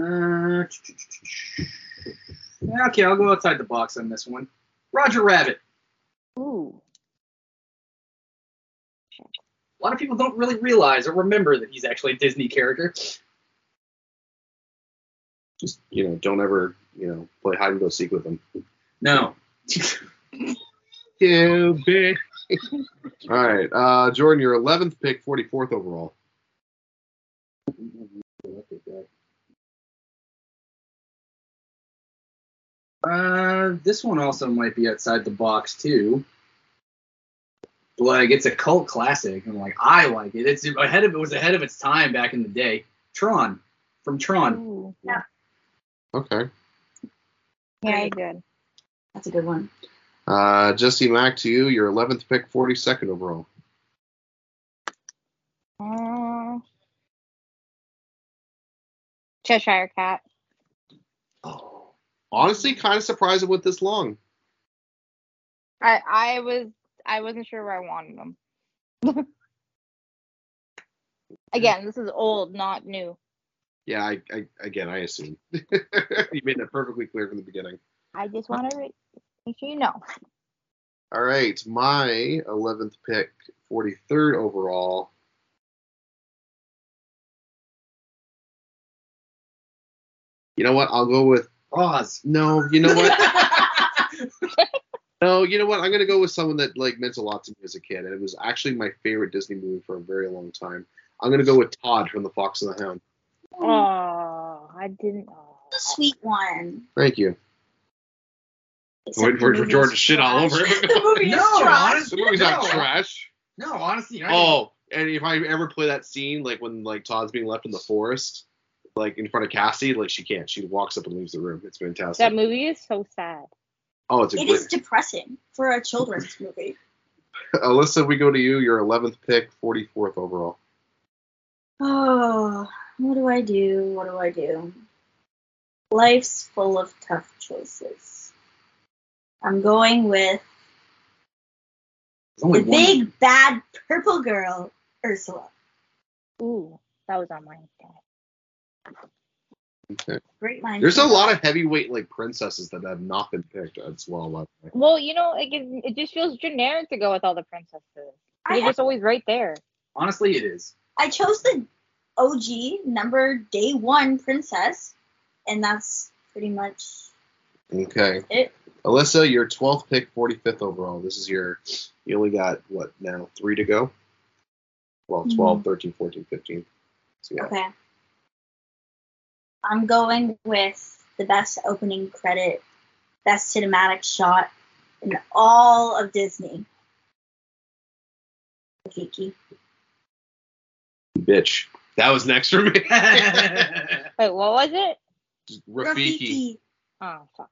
[SPEAKER 2] Uh, ch- ch- ch- ch- ch- okay, I'll go outside the box on this one. Roger Rabbit.
[SPEAKER 4] Ooh.
[SPEAKER 2] A lot of people don't really realize or remember that he's actually a Disney character.
[SPEAKER 1] Just you know, don't ever you know play hide and go seek with them.
[SPEAKER 2] No,
[SPEAKER 1] Kill Bill. All right, uh, Jordan, your 11th pick, 44th overall.
[SPEAKER 2] Uh, this one also might be outside the box too. Like it's a cult classic, and like I like it. It's ahead of it was ahead of its time back in the day. Tron, from Tron.
[SPEAKER 4] Ooh,
[SPEAKER 1] Okay.
[SPEAKER 4] very good.
[SPEAKER 3] That's a good one.
[SPEAKER 1] Uh, Jesse Mack to you, your 11th pick, 42nd overall.
[SPEAKER 4] Uh, Cheshire Cat.
[SPEAKER 2] Oh,
[SPEAKER 1] Honestly, kind of surprised it went this long.
[SPEAKER 4] I I was I wasn't sure where I wanted them. Again, this is old, not new.
[SPEAKER 1] Yeah, I, I again, I assume you made that perfectly clear from the beginning.
[SPEAKER 4] I just want to re- make sure you know.
[SPEAKER 1] All right, my 11th pick, 43rd overall. You know what? I'll go with
[SPEAKER 2] Oz.
[SPEAKER 1] no. You know what? No, you know what? I'm gonna go with someone that like meant a lot to me as a kid, and it was actually my favorite Disney movie for a very long time. I'm gonna go with Todd from The Fox and the Hound.
[SPEAKER 4] Oh, I didn't. Oh.
[SPEAKER 3] The sweet one.
[SPEAKER 1] Thank you. I'm waiting for, for Jordan to shit all over. it.
[SPEAKER 3] the movie is
[SPEAKER 2] No,
[SPEAKER 3] trash.
[SPEAKER 2] honest-
[SPEAKER 1] the movie's not
[SPEAKER 2] No.
[SPEAKER 1] trash.
[SPEAKER 2] no, honestly, I
[SPEAKER 1] Oh, and if I ever play that scene, like when like Todd's being left in the forest, like in front of Cassie, like she can't. She walks up and leaves the room. It's fantastic.
[SPEAKER 4] That movie is so sad.
[SPEAKER 1] oh, it's a
[SPEAKER 3] It
[SPEAKER 1] great.
[SPEAKER 3] is depressing for a children's movie.
[SPEAKER 1] Alyssa, we go to you. Your 11th pick, 44th overall.
[SPEAKER 3] Oh, what do I do? What do I do? Life's full of tough choices. I'm going with
[SPEAKER 2] There's only
[SPEAKER 3] the
[SPEAKER 2] one.
[SPEAKER 3] big bad purple girl, Ursula.
[SPEAKER 4] Ooh, that was on my head.
[SPEAKER 3] Great mind.
[SPEAKER 1] There's a lot of heavyweight like princesses that have not been picked as well. By the way.
[SPEAKER 4] Well, you know, it gives, it just feels generic to go with all the princesses. They're
[SPEAKER 3] I,
[SPEAKER 4] just always right there.
[SPEAKER 2] Honestly, it is.
[SPEAKER 3] I chose the OG number day one princess, and that's pretty much
[SPEAKER 1] Okay.
[SPEAKER 3] it.
[SPEAKER 1] Alyssa, your 12th pick, 45th overall. This is your, you only got, what, now three to go? Well, 12,
[SPEAKER 3] Mm-hmm.
[SPEAKER 1] 13, 14, 15. So, yeah.
[SPEAKER 3] Okay. I'm going with the best opening credit, best cinematic shot in all of Disney. Geeky.
[SPEAKER 1] Bitch. That was next for me.
[SPEAKER 4] Wait, what was it?
[SPEAKER 1] Rafiki.
[SPEAKER 4] Oh, fuck.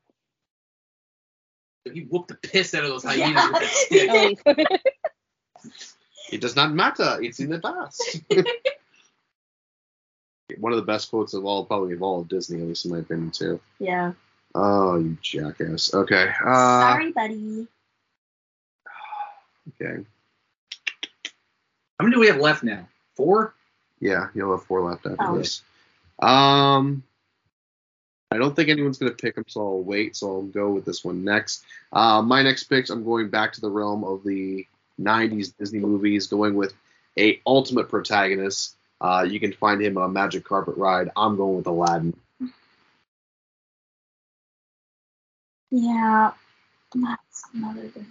[SPEAKER 2] he whooped the piss out of those hyenas
[SPEAKER 3] Yeah.
[SPEAKER 2] with a stick.
[SPEAKER 4] Oh,
[SPEAKER 1] It does not matter. It's in the past. One of the best quotes of all, probably of all of Disney, at least in my opinion, too.
[SPEAKER 3] Yeah.
[SPEAKER 1] Oh, you jackass. Okay. Uh,
[SPEAKER 3] Sorry, buddy.
[SPEAKER 1] Okay.
[SPEAKER 2] How many do we have left now? Four?
[SPEAKER 1] Yeah, you'll have four left after
[SPEAKER 3] Oh.
[SPEAKER 1] this. Um, I don't think anyone's going to pick them, so I'll wait. So I'll go with this one next. Uh, my next picks, I'm going back to the realm of the 90s Disney movies, going with a ultimate protagonist. Uh, you can find him on a magic carpet ride. I'm going with Aladdin.
[SPEAKER 3] Yeah. That's another good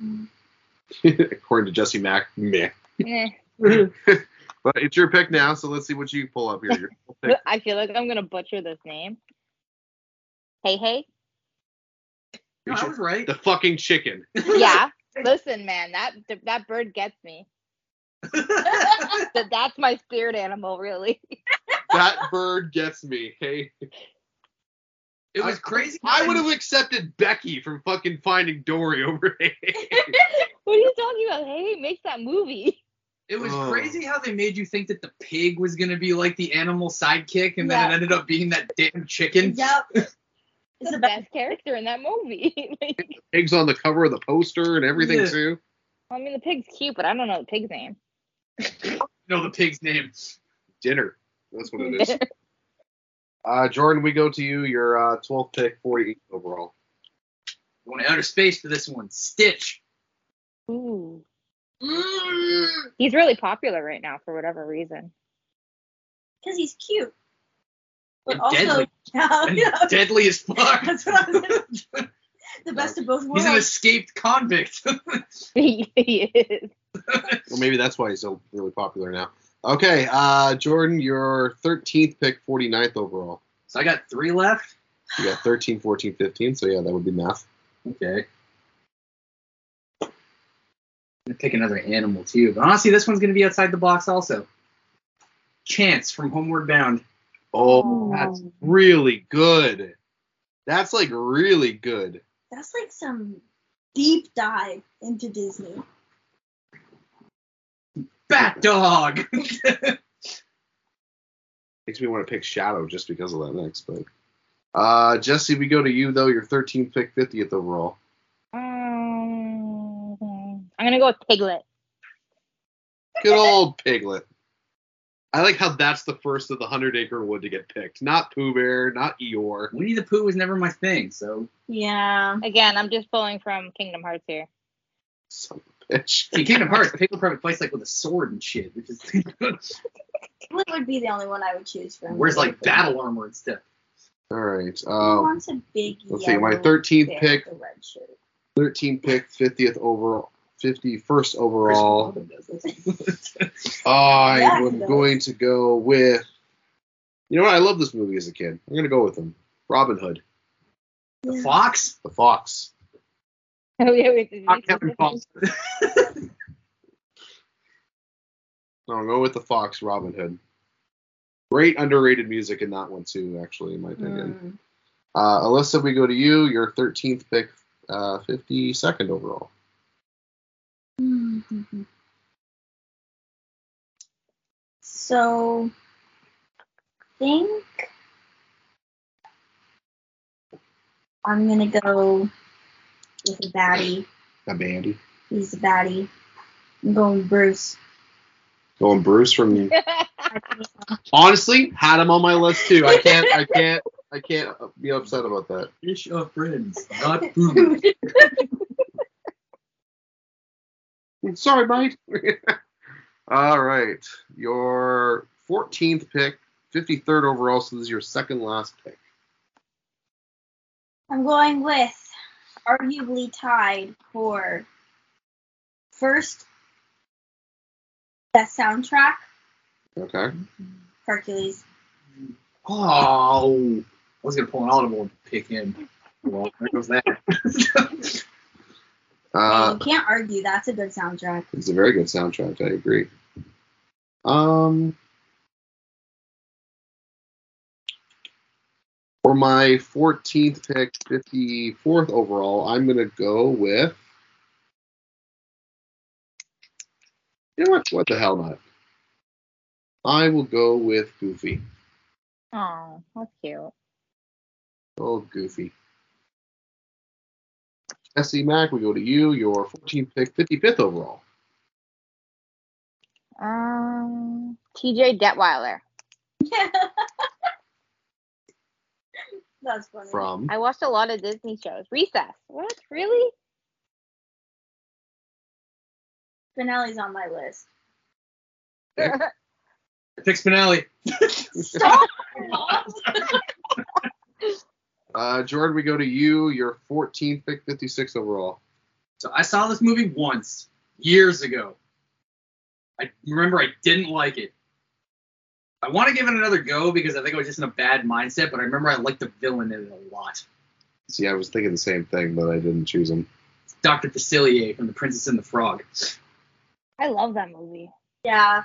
[SPEAKER 3] one.
[SPEAKER 1] According to Jesse Mack, meh.
[SPEAKER 4] eh.
[SPEAKER 1] But it's your pick now, so let's see what you pull up here. Your full pick.
[SPEAKER 4] I feel like I'm going to butcher this name. Hey, hey.
[SPEAKER 2] No, I was right.
[SPEAKER 1] The fucking chicken.
[SPEAKER 4] Yeah. Listen, man, that that bird gets me. That that's my spirit animal, really.
[SPEAKER 1] That bird gets me. Hey.
[SPEAKER 2] it was crazy.
[SPEAKER 1] I would have accepted Becky from fucking Finding Dory over here.
[SPEAKER 4] What are you talking about? Hey, hey makes that movie.
[SPEAKER 2] It was
[SPEAKER 1] Oh.
[SPEAKER 2] crazy how they made you think that the pig was gonna be like the animal sidekick, and then it
[SPEAKER 3] Yeah.
[SPEAKER 2] ended up being that damn chicken.
[SPEAKER 3] Yep.
[SPEAKER 4] It's
[SPEAKER 3] It's
[SPEAKER 4] the
[SPEAKER 3] the best.
[SPEAKER 4] best character in that movie. like,
[SPEAKER 1] Pigs on the cover of the poster and everything
[SPEAKER 2] Yeah.
[SPEAKER 1] too.
[SPEAKER 4] I mean, the pig's cute, but I don't know the pig's name.
[SPEAKER 2] No, the pig's name.
[SPEAKER 1] Dinner. That's what it is. uh, Jordan, we go to you. Your uh, 12th pick, 48 overall.
[SPEAKER 2] Going to outer space for this one. Stitch.
[SPEAKER 4] Ooh.
[SPEAKER 3] Because
[SPEAKER 4] He's really popular right now for whatever reason.
[SPEAKER 3] he's cute. But
[SPEAKER 2] And
[SPEAKER 3] also,
[SPEAKER 2] deadly.
[SPEAKER 3] yeah,
[SPEAKER 2] And
[SPEAKER 3] yeah.
[SPEAKER 2] Deadly as fuck.
[SPEAKER 3] That's what I was gonna- the best of both worlds.
[SPEAKER 2] He's an escaped convict.
[SPEAKER 4] he is.
[SPEAKER 1] Well, maybe that's why he's so really popular now. Okay, uh, Jordan, your 13th pick, 49th overall.
[SPEAKER 2] so I got three left.
[SPEAKER 1] You got 13, 14, 15, so yeah, that would be math.
[SPEAKER 2] Okay. I'm gonna pick another animal too, but honestly, this one's gonna be outside the box also. Chance from Homeward Bound.
[SPEAKER 1] Oh, that's really good. That's like really good.
[SPEAKER 3] That's like some deep dive into Disney.
[SPEAKER 2] Bat dog.
[SPEAKER 1] Makes me want to pick Shadow just because of that next pick. Uh, Jesse, we go to you though. Your 13th pick, 50th overall.
[SPEAKER 4] Um, I'm gonna go with Piglet.
[SPEAKER 1] Good old Piglet. I like how that's the first of the Hundred Acre Wood to get picked. Not Pooh Bear, not Eeyore.
[SPEAKER 2] Winnie the Pooh was never my thing, so
[SPEAKER 3] Yeah.
[SPEAKER 4] Again, I'm just pulling from Kingdom Hearts here.
[SPEAKER 1] Son of a bitch.
[SPEAKER 2] see Kingdom Hearts. Piglet probably plays like with a sword and shit, which is
[SPEAKER 3] What would be the only one I would choose from?
[SPEAKER 2] wears like battle armor and stuff.
[SPEAKER 1] All right.
[SPEAKER 3] Who
[SPEAKER 1] Um,
[SPEAKER 3] wants a big
[SPEAKER 1] let's see. My
[SPEAKER 3] yellow
[SPEAKER 1] 13th
[SPEAKER 3] bear
[SPEAKER 1] pick,
[SPEAKER 3] with a red shirt?
[SPEAKER 1] 13th pick, 50th overall, 51st
[SPEAKER 2] Chris
[SPEAKER 1] overall.
[SPEAKER 2] Robin does that.
[SPEAKER 1] I
[SPEAKER 3] Yeah,
[SPEAKER 1] am
[SPEAKER 3] no.
[SPEAKER 1] going to go with. You know what? I love this movie as a kid. I'm going to go with him. Robin Hood,
[SPEAKER 2] the
[SPEAKER 3] Yeah.
[SPEAKER 2] fox.
[SPEAKER 1] the fox.
[SPEAKER 4] Oh yeah, wait, did you
[SPEAKER 2] Not
[SPEAKER 4] say
[SPEAKER 2] Captain
[SPEAKER 4] something?
[SPEAKER 2] Fox.
[SPEAKER 1] No, I'm going with the fox, Robin Hood. Great underrated music in that one too, actually, in my opinion.
[SPEAKER 3] Mm.
[SPEAKER 1] Uh, Alyssa, we go to you. Your 13th pick, uh, 52nd overall.
[SPEAKER 3] Mhm. So, think I'm gonna go with a baddie.
[SPEAKER 1] A bandy.
[SPEAKER 3] He's a baddie. I'm going Bruce.
[SPEAKER 1] Going Bruce from. Honestly, had him on my list too. I can't. I can't. I can't be upset about that.
[SPEAKER 2] Fish of friends, not food.
[SPEAKER 1] Sorry, mate. All right. Your 14th pick, 53rd overall. So this is your second last pick.
[SPEAKER 3] I'm going with arguably tied for first best soundtrack,
[SPEAKER 1] Okay.
[SPEAKER 3] Hercules.
[SPEAKER 2] Oh, I was gonna pull an audible and pick him. Well, there goes that.
[SPEAKER 1] Uh,
[SPEAKER 3] you can't argue that's a good soundtrack.
[SPEAKER 1] It's a very good soundtrack. I agree. Um, for my 14th pick, 54th overall, I'm gonna go with. You know what? What the hell not? I will go with Goofy.
[SPEAKER 4] Oh, that's cute.
[SPEAKER 1] Oh, Goofy. Jesse Mack, we go to you. Your 14th pick, 55th overall.
[SPEAKER 4] Um, TJ Detweiler.
[SPEAKER 3] that's funny.
[SPEAKER 1] From
[SPEAKER 4] I watched a lot of Disney shows. Recess. What? Really?
[SPEAKER 3] Spinelli's on my list.
[SPEAKER 2] pick Spinelli.
[SPEAKER 3] Stop!
[SPEAKER 1] Uh, Jordan, we go to you. Your 14th pick, 56 overall.
[SPEAKER 2] So I saw this movie once years ago. I remember I didn't like it. I want to give it another go because I think I was just in a bad mindset, but I remember I liked the villain in it a lot.
[SPEAKER 1] See, I was thinking the same thing, but I didn't choose him.
[SPEAKER 2] It's Dr. Facilier from The Princess and the Frog.
[SPEAKER 4] I love that movie.
[SPEAKER 3] yeah.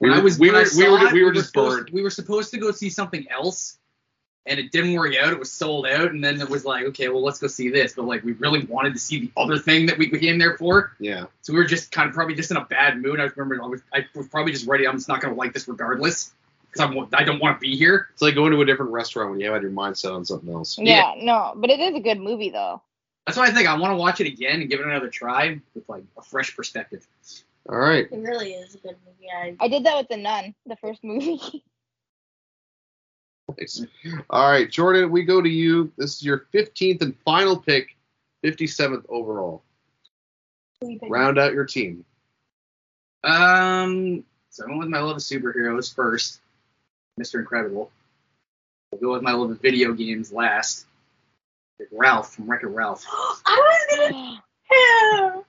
[SPEAKER 1] We
[SPEAKER 2] When
[SPEAKER 1] were,
[SPEAKER 2] I was
[SPEAKER 1] we
[SPEAKER 2] when I
[SPEAKER 1] were, we
[SPEAKER 2] saw
[SPEAKER 1] were,
[SPEAKER 2] it,
[SPEAKER 1] we were just
[SPEAKER 2] supposed-
[SPEAKER 1] burned.
[SPEAKER 2] We were supposed to go see something else, and it didn't work out. It was sold out, and then it was like, okay, well, let's go see this. But like, we really wanted to see the other thing that we came there for,
[SPEAKER 1] Yeah.
[SPEAKER 2] so we were just kind of probably just in a bad mood. I remember I was, I was probably just ready. I'm just not gonna like this regardless, because I'm I don't want to be here.
[SPEAKER 1] It's like going to a different restaurant when you had your mind set on something else.
[SPEAKER 4] Yeah, no, but it is a good movie though.
[SPEAKER 2] That's why I think I want to watch it again and give it another try with like a fresh perspective.
[SPEAKER 1] All right.
[SPEAKER 3] It really is a good movie. I,
[SPEAKER 4] I did that with The Nun, the first movie.
[SPEAKER 1] Nice. All right, Jordan, we go to you. This is your 15th and final pick, 57th overall. Round out your team.
[SPEAKER 2] Um, so I went with my love of superheroes first, Mr. Incredible. I'll go with my love of video games last. Ralph from Wreck-It Ralph.
[SPEAKER 3] I was gonna.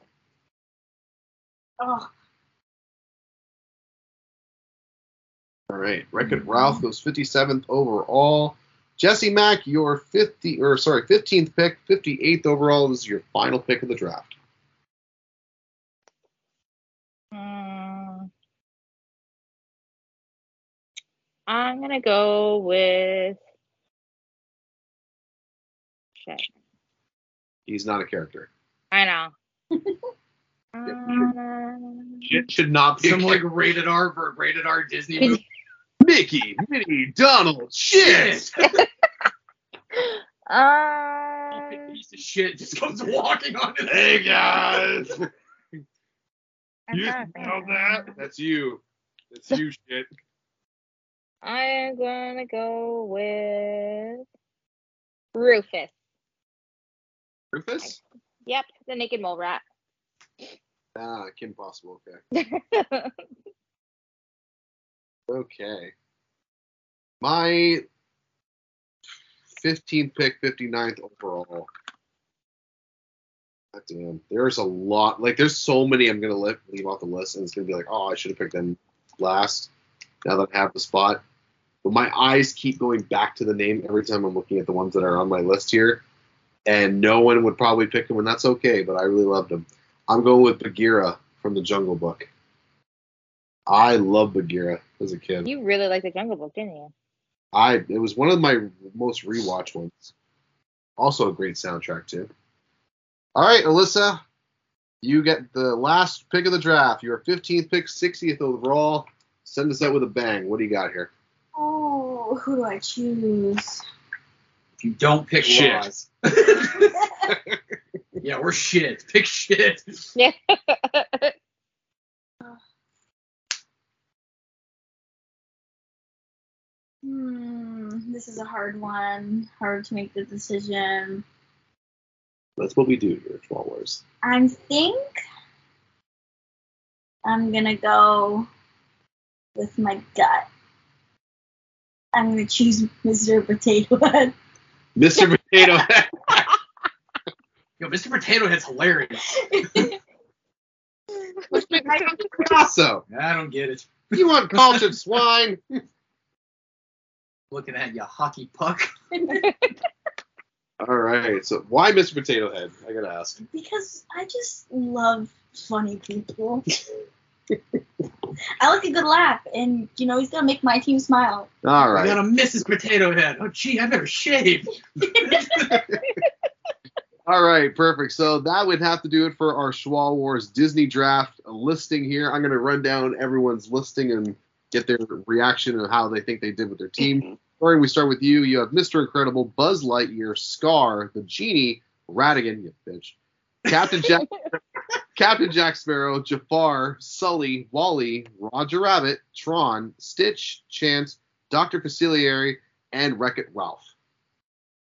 [SPEAKER 3] Oh.
[SPEAKER 1] All right, Wreck It Ralph goes 57th overall. Jesse Mack, your 50 or sorry, 15th pick, 58th overall was your final pick of the draft.
[SPEAKER 4] Mm. I'm gonna go with shit.
[SPEAKER 1] He's not a character.
[SPEAKER 4] I know. Um,
[SPEAKER 1] Shit should not be a
[SPEAKER 2] Some like
[SPEAKER 1] character.
[SPEAKER 2] rated R for rated R Disney
[SPEAKER 4] Um,
[SPEAKER 2] movie.
[SPEAKER 1] Mickey, Minnie, Donald, shit.
[SPEAKER 4] um,
[SPEAKER 2] Piece of shit just comes walking on it.
[SPEAKER 1] Hey guys,
[SPEAKER 4] I'm
[SPEAKER 1] you
[SPEAKER 4] trying to think.
[SPEAKER 1] know that? That's you. That's you, shit.
[SPEAKER 4] I am gonna go with Rufus.
[SPEAKER 1] Rufus?
[SPEAKER 4] Yep, the naked mole rat.
[SPEAKER 1] Ah, Kim Possible. Okay. Okay. My 15th pick, 59th overall. God damn. There's a lot. Like, there's so many I'm going to let leave off the list, and it's going to be like, oh, I should have picked them last now that I have the spot. But my eyes keep going back to the name every time I'm looking at the ones that are on my list here. And no one would probably pick him, and that's okay, but I really loved him. I'm going with Bagheera from the Jungle Book. I love Bagheera as a kid.
[SPEAKER 4] you really liked the Jungle Book, didn't you?
[SPEAKER 1] I it was one of my most rewatch ones. Also a great soundtrack too. All right, Alyssa, you get the last pick of the draft. Your 15th pick, 60th overall. Send us out with a bang. What do you got here?
[SPEAKER 3] Oh, who do I choose?
[SPEAKER 2] If you don't pick
[SPEAKER 1] Shit.
[SPEAKER 2] Roz. yeah, we're shit. Pick shit.
[SPEAKER 3] Hmm, this is a hard one. Hard to make the decision.
[SPEAKER 1] That's what we do here at Twelve Wars.
[SPEAKER 3] I think I'm gonna go with my gut. I'm gonna choose Mr. Potato Head.
[SPEAKER 1] Mr. Potato Head.
[SPEAKER 2] Yo, Mr. Potato Head's hilarious.
[SPEAKER 1] Picasso.
[SPEAKER 2] I don't get it.
[SPEAKER 1] You want cultured swine?
[SPEAKER 2] Looking at you, hockey puck.
[SPEAKER 1] All right. So why Mr. Potato Head? I gotta ask.
[SPEAKER 3] because I just love funny people. I like a good laugh, and you know he's gonna make my team smile.
[SPEAKER 1] All
[SPEAKER 2] I
[SPEAKER 1] right.
[SPEAKER 2] got a Mrs. Potato Head. Oh, gee, I better shave.
[SPEAKER 1] All right, perfect. So that would have to do it for our Schwa Wars Disney draft listing here. I'm going to run down everyone's listing and get their reaction and how they think they did with their team. Corey, we start with you. You have Mr. Incredible, Buzz Lightyear, Scar, the Genie, Radigan, you bitch, Captain Jack, Captain Jack Sparrow, Jafar, Sully, Wally, Roger Rabbit, Tron, Stitch, Chance, Doctor Facilieri, and Wreck It Ralph.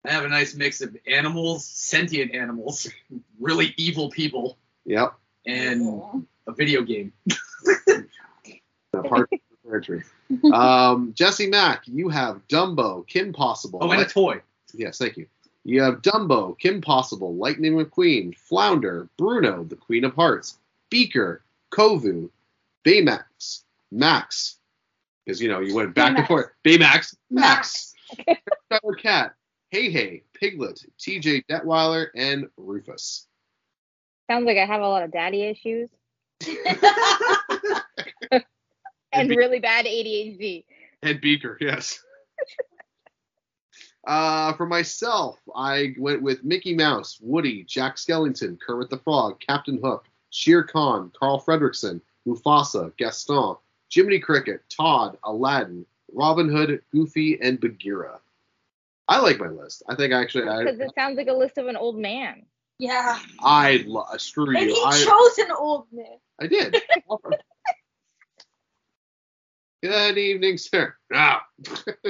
[SPEAKER 2] I have a nice mix of animals, sentient animals, really evil people,
[SPEAKER 1] Yep,
[SPEAKER 2] and a video game.
[SPEAKER 1] that part of the territory. um, Jesse Mack, you have Dumbo, Kim Possible.
[SPEAKER 2] Oh, and a
[SPEAKER 1] Light-
[SPEAKER 2] toy.
[SPEAKER 1] yes, thank you. You have Dumbo, Kim Possible, Lightning McQueen, Flounder, Bruno, the Queen of Hearts, Beaker, Kovu, Baymax, Max, because you know you went back and
[SPEAKER 3] Baymax.
[SPEAKER 1] forth. Baymax, Max, Feather Cat, Hey Hey, Piglet, T.J. Detweiler, and Rufus.
[SPEAKER 4] Sounds like I have a lot of daddy issues and
[SPEAKER 1] be-
[SPEAKER 4] really bad ADHD.
[SPEAKER 1] Ed Beaker, yes. uh, for myself, I went with Mickey Mouse, Woody, Jack Skellington, Kermit the Frog, Captain Hook, Shere Khan, Carl Fredrickson, Mufasa, Gaston, Jiminy Cricket, Todd, Aladdin, Robin Hood, Goofy, and Bagheera. I like my list. I think actually I
[SPEAKER 4] Because it sounds like a list of an old man.
[SPEAKER 3] yeah,
[SPEAKER 1] I lo- uh, screw
[SPEAKER 3] and
[SPEAKER 1] you.
[SPEAKER 3] he
[SPEAKER 1] I,
[SPEAKER 3] chose an old man.
[SPEAKER 1] I did. Good evening, sir. Ah.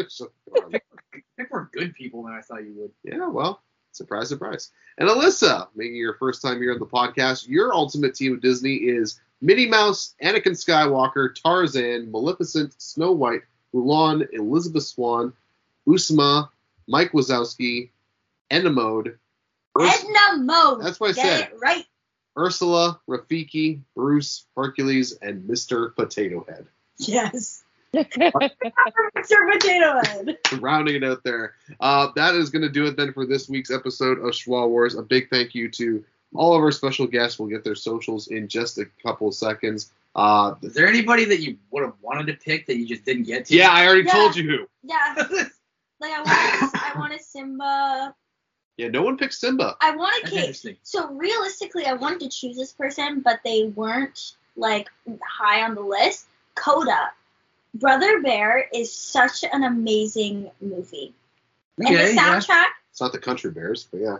[SPEAKER 1] So um, adorable.
[SPEAKER 2] I think we're good people than I thought you would.
[SPEAKER 1] Yeah, well, surprise, surprise. And Alyssa, making your first time here on the podcast, your ultimate team of Disney is Minnie Mouse, Anakin Skywalker, Tarzan, Maleficent, Snow White, Mulan, Elizabeth Swan, Usma, Mike Wazowski, Edna Mode. Urs-
[SPEAKER 3] Edna Mode.
[SPEAKER 1] That's what I
[SPEAKER 3] Get
[SPEAKER 1] said.
[SPEAKER 3] it right.
[SPEAKER 1] Ursula, Rafiki, Bruce, Hercules, and Mr. Potato Head.
[SPEAKER 3] Yes. Mr. Potato Head.
[SPEAKER 1] rounding it out there. Uh, that is going to do it then for this week's episode of Schwa Wars. A big thank you to all of our special guests. We'll get their socials in just a couple seconds. Uh,
[SPEAKER 2] Is there anybody that you would have wanted to pick that you just didn't get to?
[SPEAKER 1] yeah, I already
[SPEAKER 3] Yeah.
[SPEAKER 1] told you who.
[SPEAKER 3] Yeah.
[SPEAKER 2] That's
[SPEAKER 3] Like I want, a, I want a Simba.
[SPEAKER 1] Yeah, no one picked Simba.
[SPEAKER 3] I want a Kate.
[SPEAKER 2] interesting.
[SPEAKER 3] So realistically, I wanted to choose this person, but they weren't like high on the list. Coda, Brother Bear is such an amazing movie, and
[SPEAKER 2] Okay,
[SPEAKER 3] the
[SPEAKER 2] yeah.
[SPEAKER 3] soundtrack.
[SPEAKER 1] It's not the Country Bears, but yeah.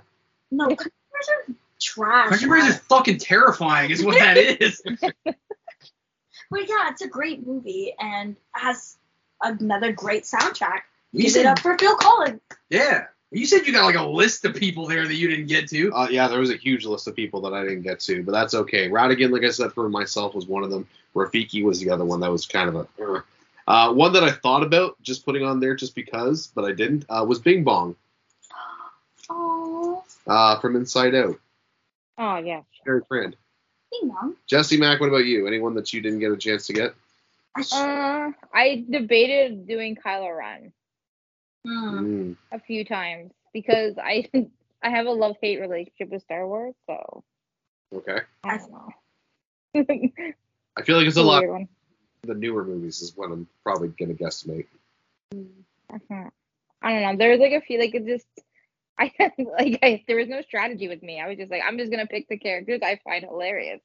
[SPEAKER 3] No, Country Bears are trash.
[SPEAKER 2] Country Bears is fucking terrifying, is what that is.
[SPEAKER 3] But yeah, Oh it's a great movie and has another great soundtrack.
[SPEAKER 2] You
[SPEAKER 3] Give it
[SPEAKER 2] said,
[SPEAKER 3] up for Phil Collins.
[SPEAKER 2] yeah. You said you got like a list of people there that you didn't get to.
[SPEAKER 1] Uh, yeah, there was a huge list of people that I didn't get to, but that's okay. Radigan, like I said, for myself was one of them. Rafiki was the other one that was kind of a. "Ugh." Uh, one that I thought about just putting on there just because, but I didn't, uh, was Bing Bong
[SPEAKER 3] Oh,
[SPEAKER 1] uh, from Inside Out.
[SPEAKER 4] oh yeah.
[SPEAKER 1] Very friend.
[SPEAKER 3] hey mom.
[SPEAKER 1] Jesse Mack, what about you? Anyone that you didn't get a chance to get?
[SPEAKER 3] I sh-
[SPEAKER 4] Uh, I debated doing Kylo Ren
[SPEAKER 3] Hmm.
[SPEAKER 1] Mm.
[SPEAKER 4] a few times because I I have a love hate relationship with Star Wars, so
[SPEAKER 1] Okay.
[SPEAKER 4] I don't know. It's
[SPEAKER 1] I feel like it's a lot
[SPEAKER 4] weird one.
[SPEAKER 1] of the newer movies is what I'm probably gonna guesstimate.
[SPEAKER 4] Uh-huh. I don't know. There was like a few like it just I like I, there was no strategy with me. I was just like I'm just gonna pick the characters I find hilarious.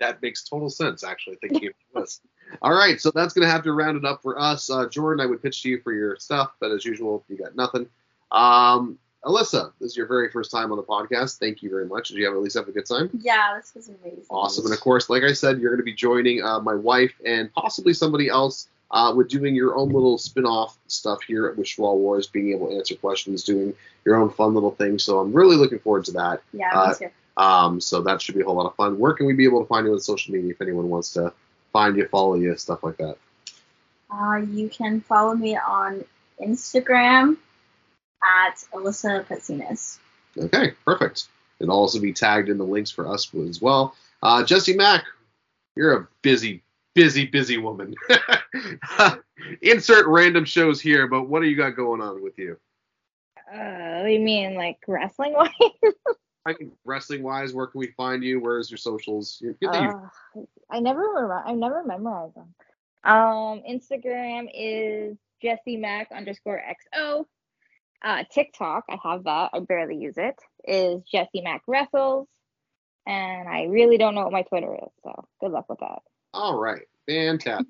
[SPEAKER 1] That makes total sense, actually, thinking of this. All right, so that's gonna have to round it up for us. Uh, Jordan, I would pitch to you for your stuff, but as usual, you got nothing. Um, Alyssa, this is your very first time on the podcast. Thank you very much. Did you have at least have a good time?
[SPEAKER 3] Yeah, this was amazing.
[SPEAKER 1] Awesome. And of course, like I said, you're going to be joining uh, my wife and possibly somebody else uh, with doing your own little spin off stuff here at Wishwall Wars, being able to answer questions, doing your own fun little thing. So I'm really looking forward to that.
[SPEAKER 3] Yeah,
[SPEAKER 1] Uh,
[SPEAKER 3] me too.
[SPEAKER 1] Um, so that should be a whole lot of fun. Where can we be able to find you on social media if anyone wants to find you, follow you, stuff like that?
[SPEAKER 3] Uh, you can follow me on Instagram at Alyssa Petzinas.
[SPEAKER 1] Okay, perfect. It'll also be tagged in the links for us as well. Uh, Jesse Mack, you're a busy, busy, busy woman. Insert random shows here, but what do you got going on with you?
[SPEAKER 4] Uh, what do you mean like wrestling wise?
[SPEAKER 1] I mean, wrestling wise, where can we find you? Where's your socials? You- you think you-
[SPEAKER 4] Ugh, I never remember. I never memorize them. Um, Instagram is Jesse Mac underscore XO. Uh, TikTok, I have that. I barely use it. Is Jesse Mac wrestles, and I really don't know what my Twitter is. So good luck with that.
[SPEAKER 1] All right, fantastic.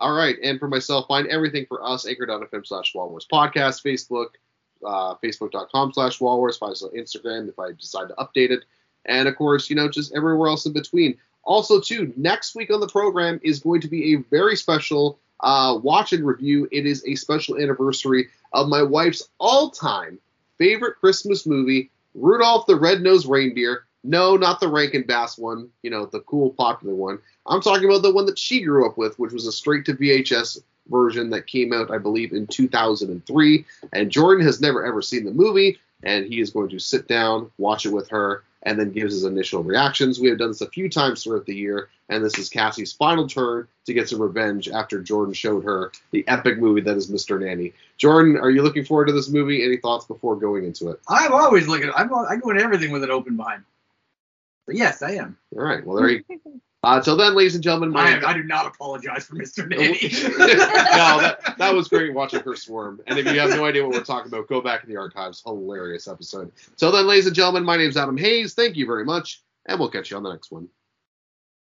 [SPEAKER 1] All right, and for myself, find everything for us, anchor.fm slash Wallwars podcast, Facebook, uh, facebook.com slash Wallwars, find us on Instagram if I decide to update it, and of course, you know, just everywhere else in between. Also, too, next week on the program is going to be a very special uh, watch and review. It is a special anniversary of my wife's all-time favorite Christmas movie, Rudolph the Red-Nosed Reindeer. No, not the Rankin Bass one, you know, the cool, popular one. I'm talking about the one that she grew up with, which was a straight to VHS version that came out, I believe, in 2003. And Jordan has never ever seen the movie, and he is going to sit down, watch it with her, and then gives his initial reactions. We have done this a few times throughout the year, and this is Cassie's final turn to get some revenge after Jordan showed her the epic movie that is Mr. Nanny. Jordan, are you looking forward to this movie? Any thoughts before going into it?
[SPEAKER 2] I'm always looking. I'm, al- I go into everything with an open mind. But yes, I am.
[SPEAKER 1] All right, well, there you uh, Till then, ladies and gentlemen, my
[SPEAKER 2] I, am. I do not apologize for Mr. Nanny.
[SPEAKER 1] no, that, that was great watching her swarm. And if you have no idea what we're talking about, go back in the archives. Hilarious episode. So then, ladies and gentlemen, my name's Adam Hayes. Thank you very much, and we'll catch you on the next one.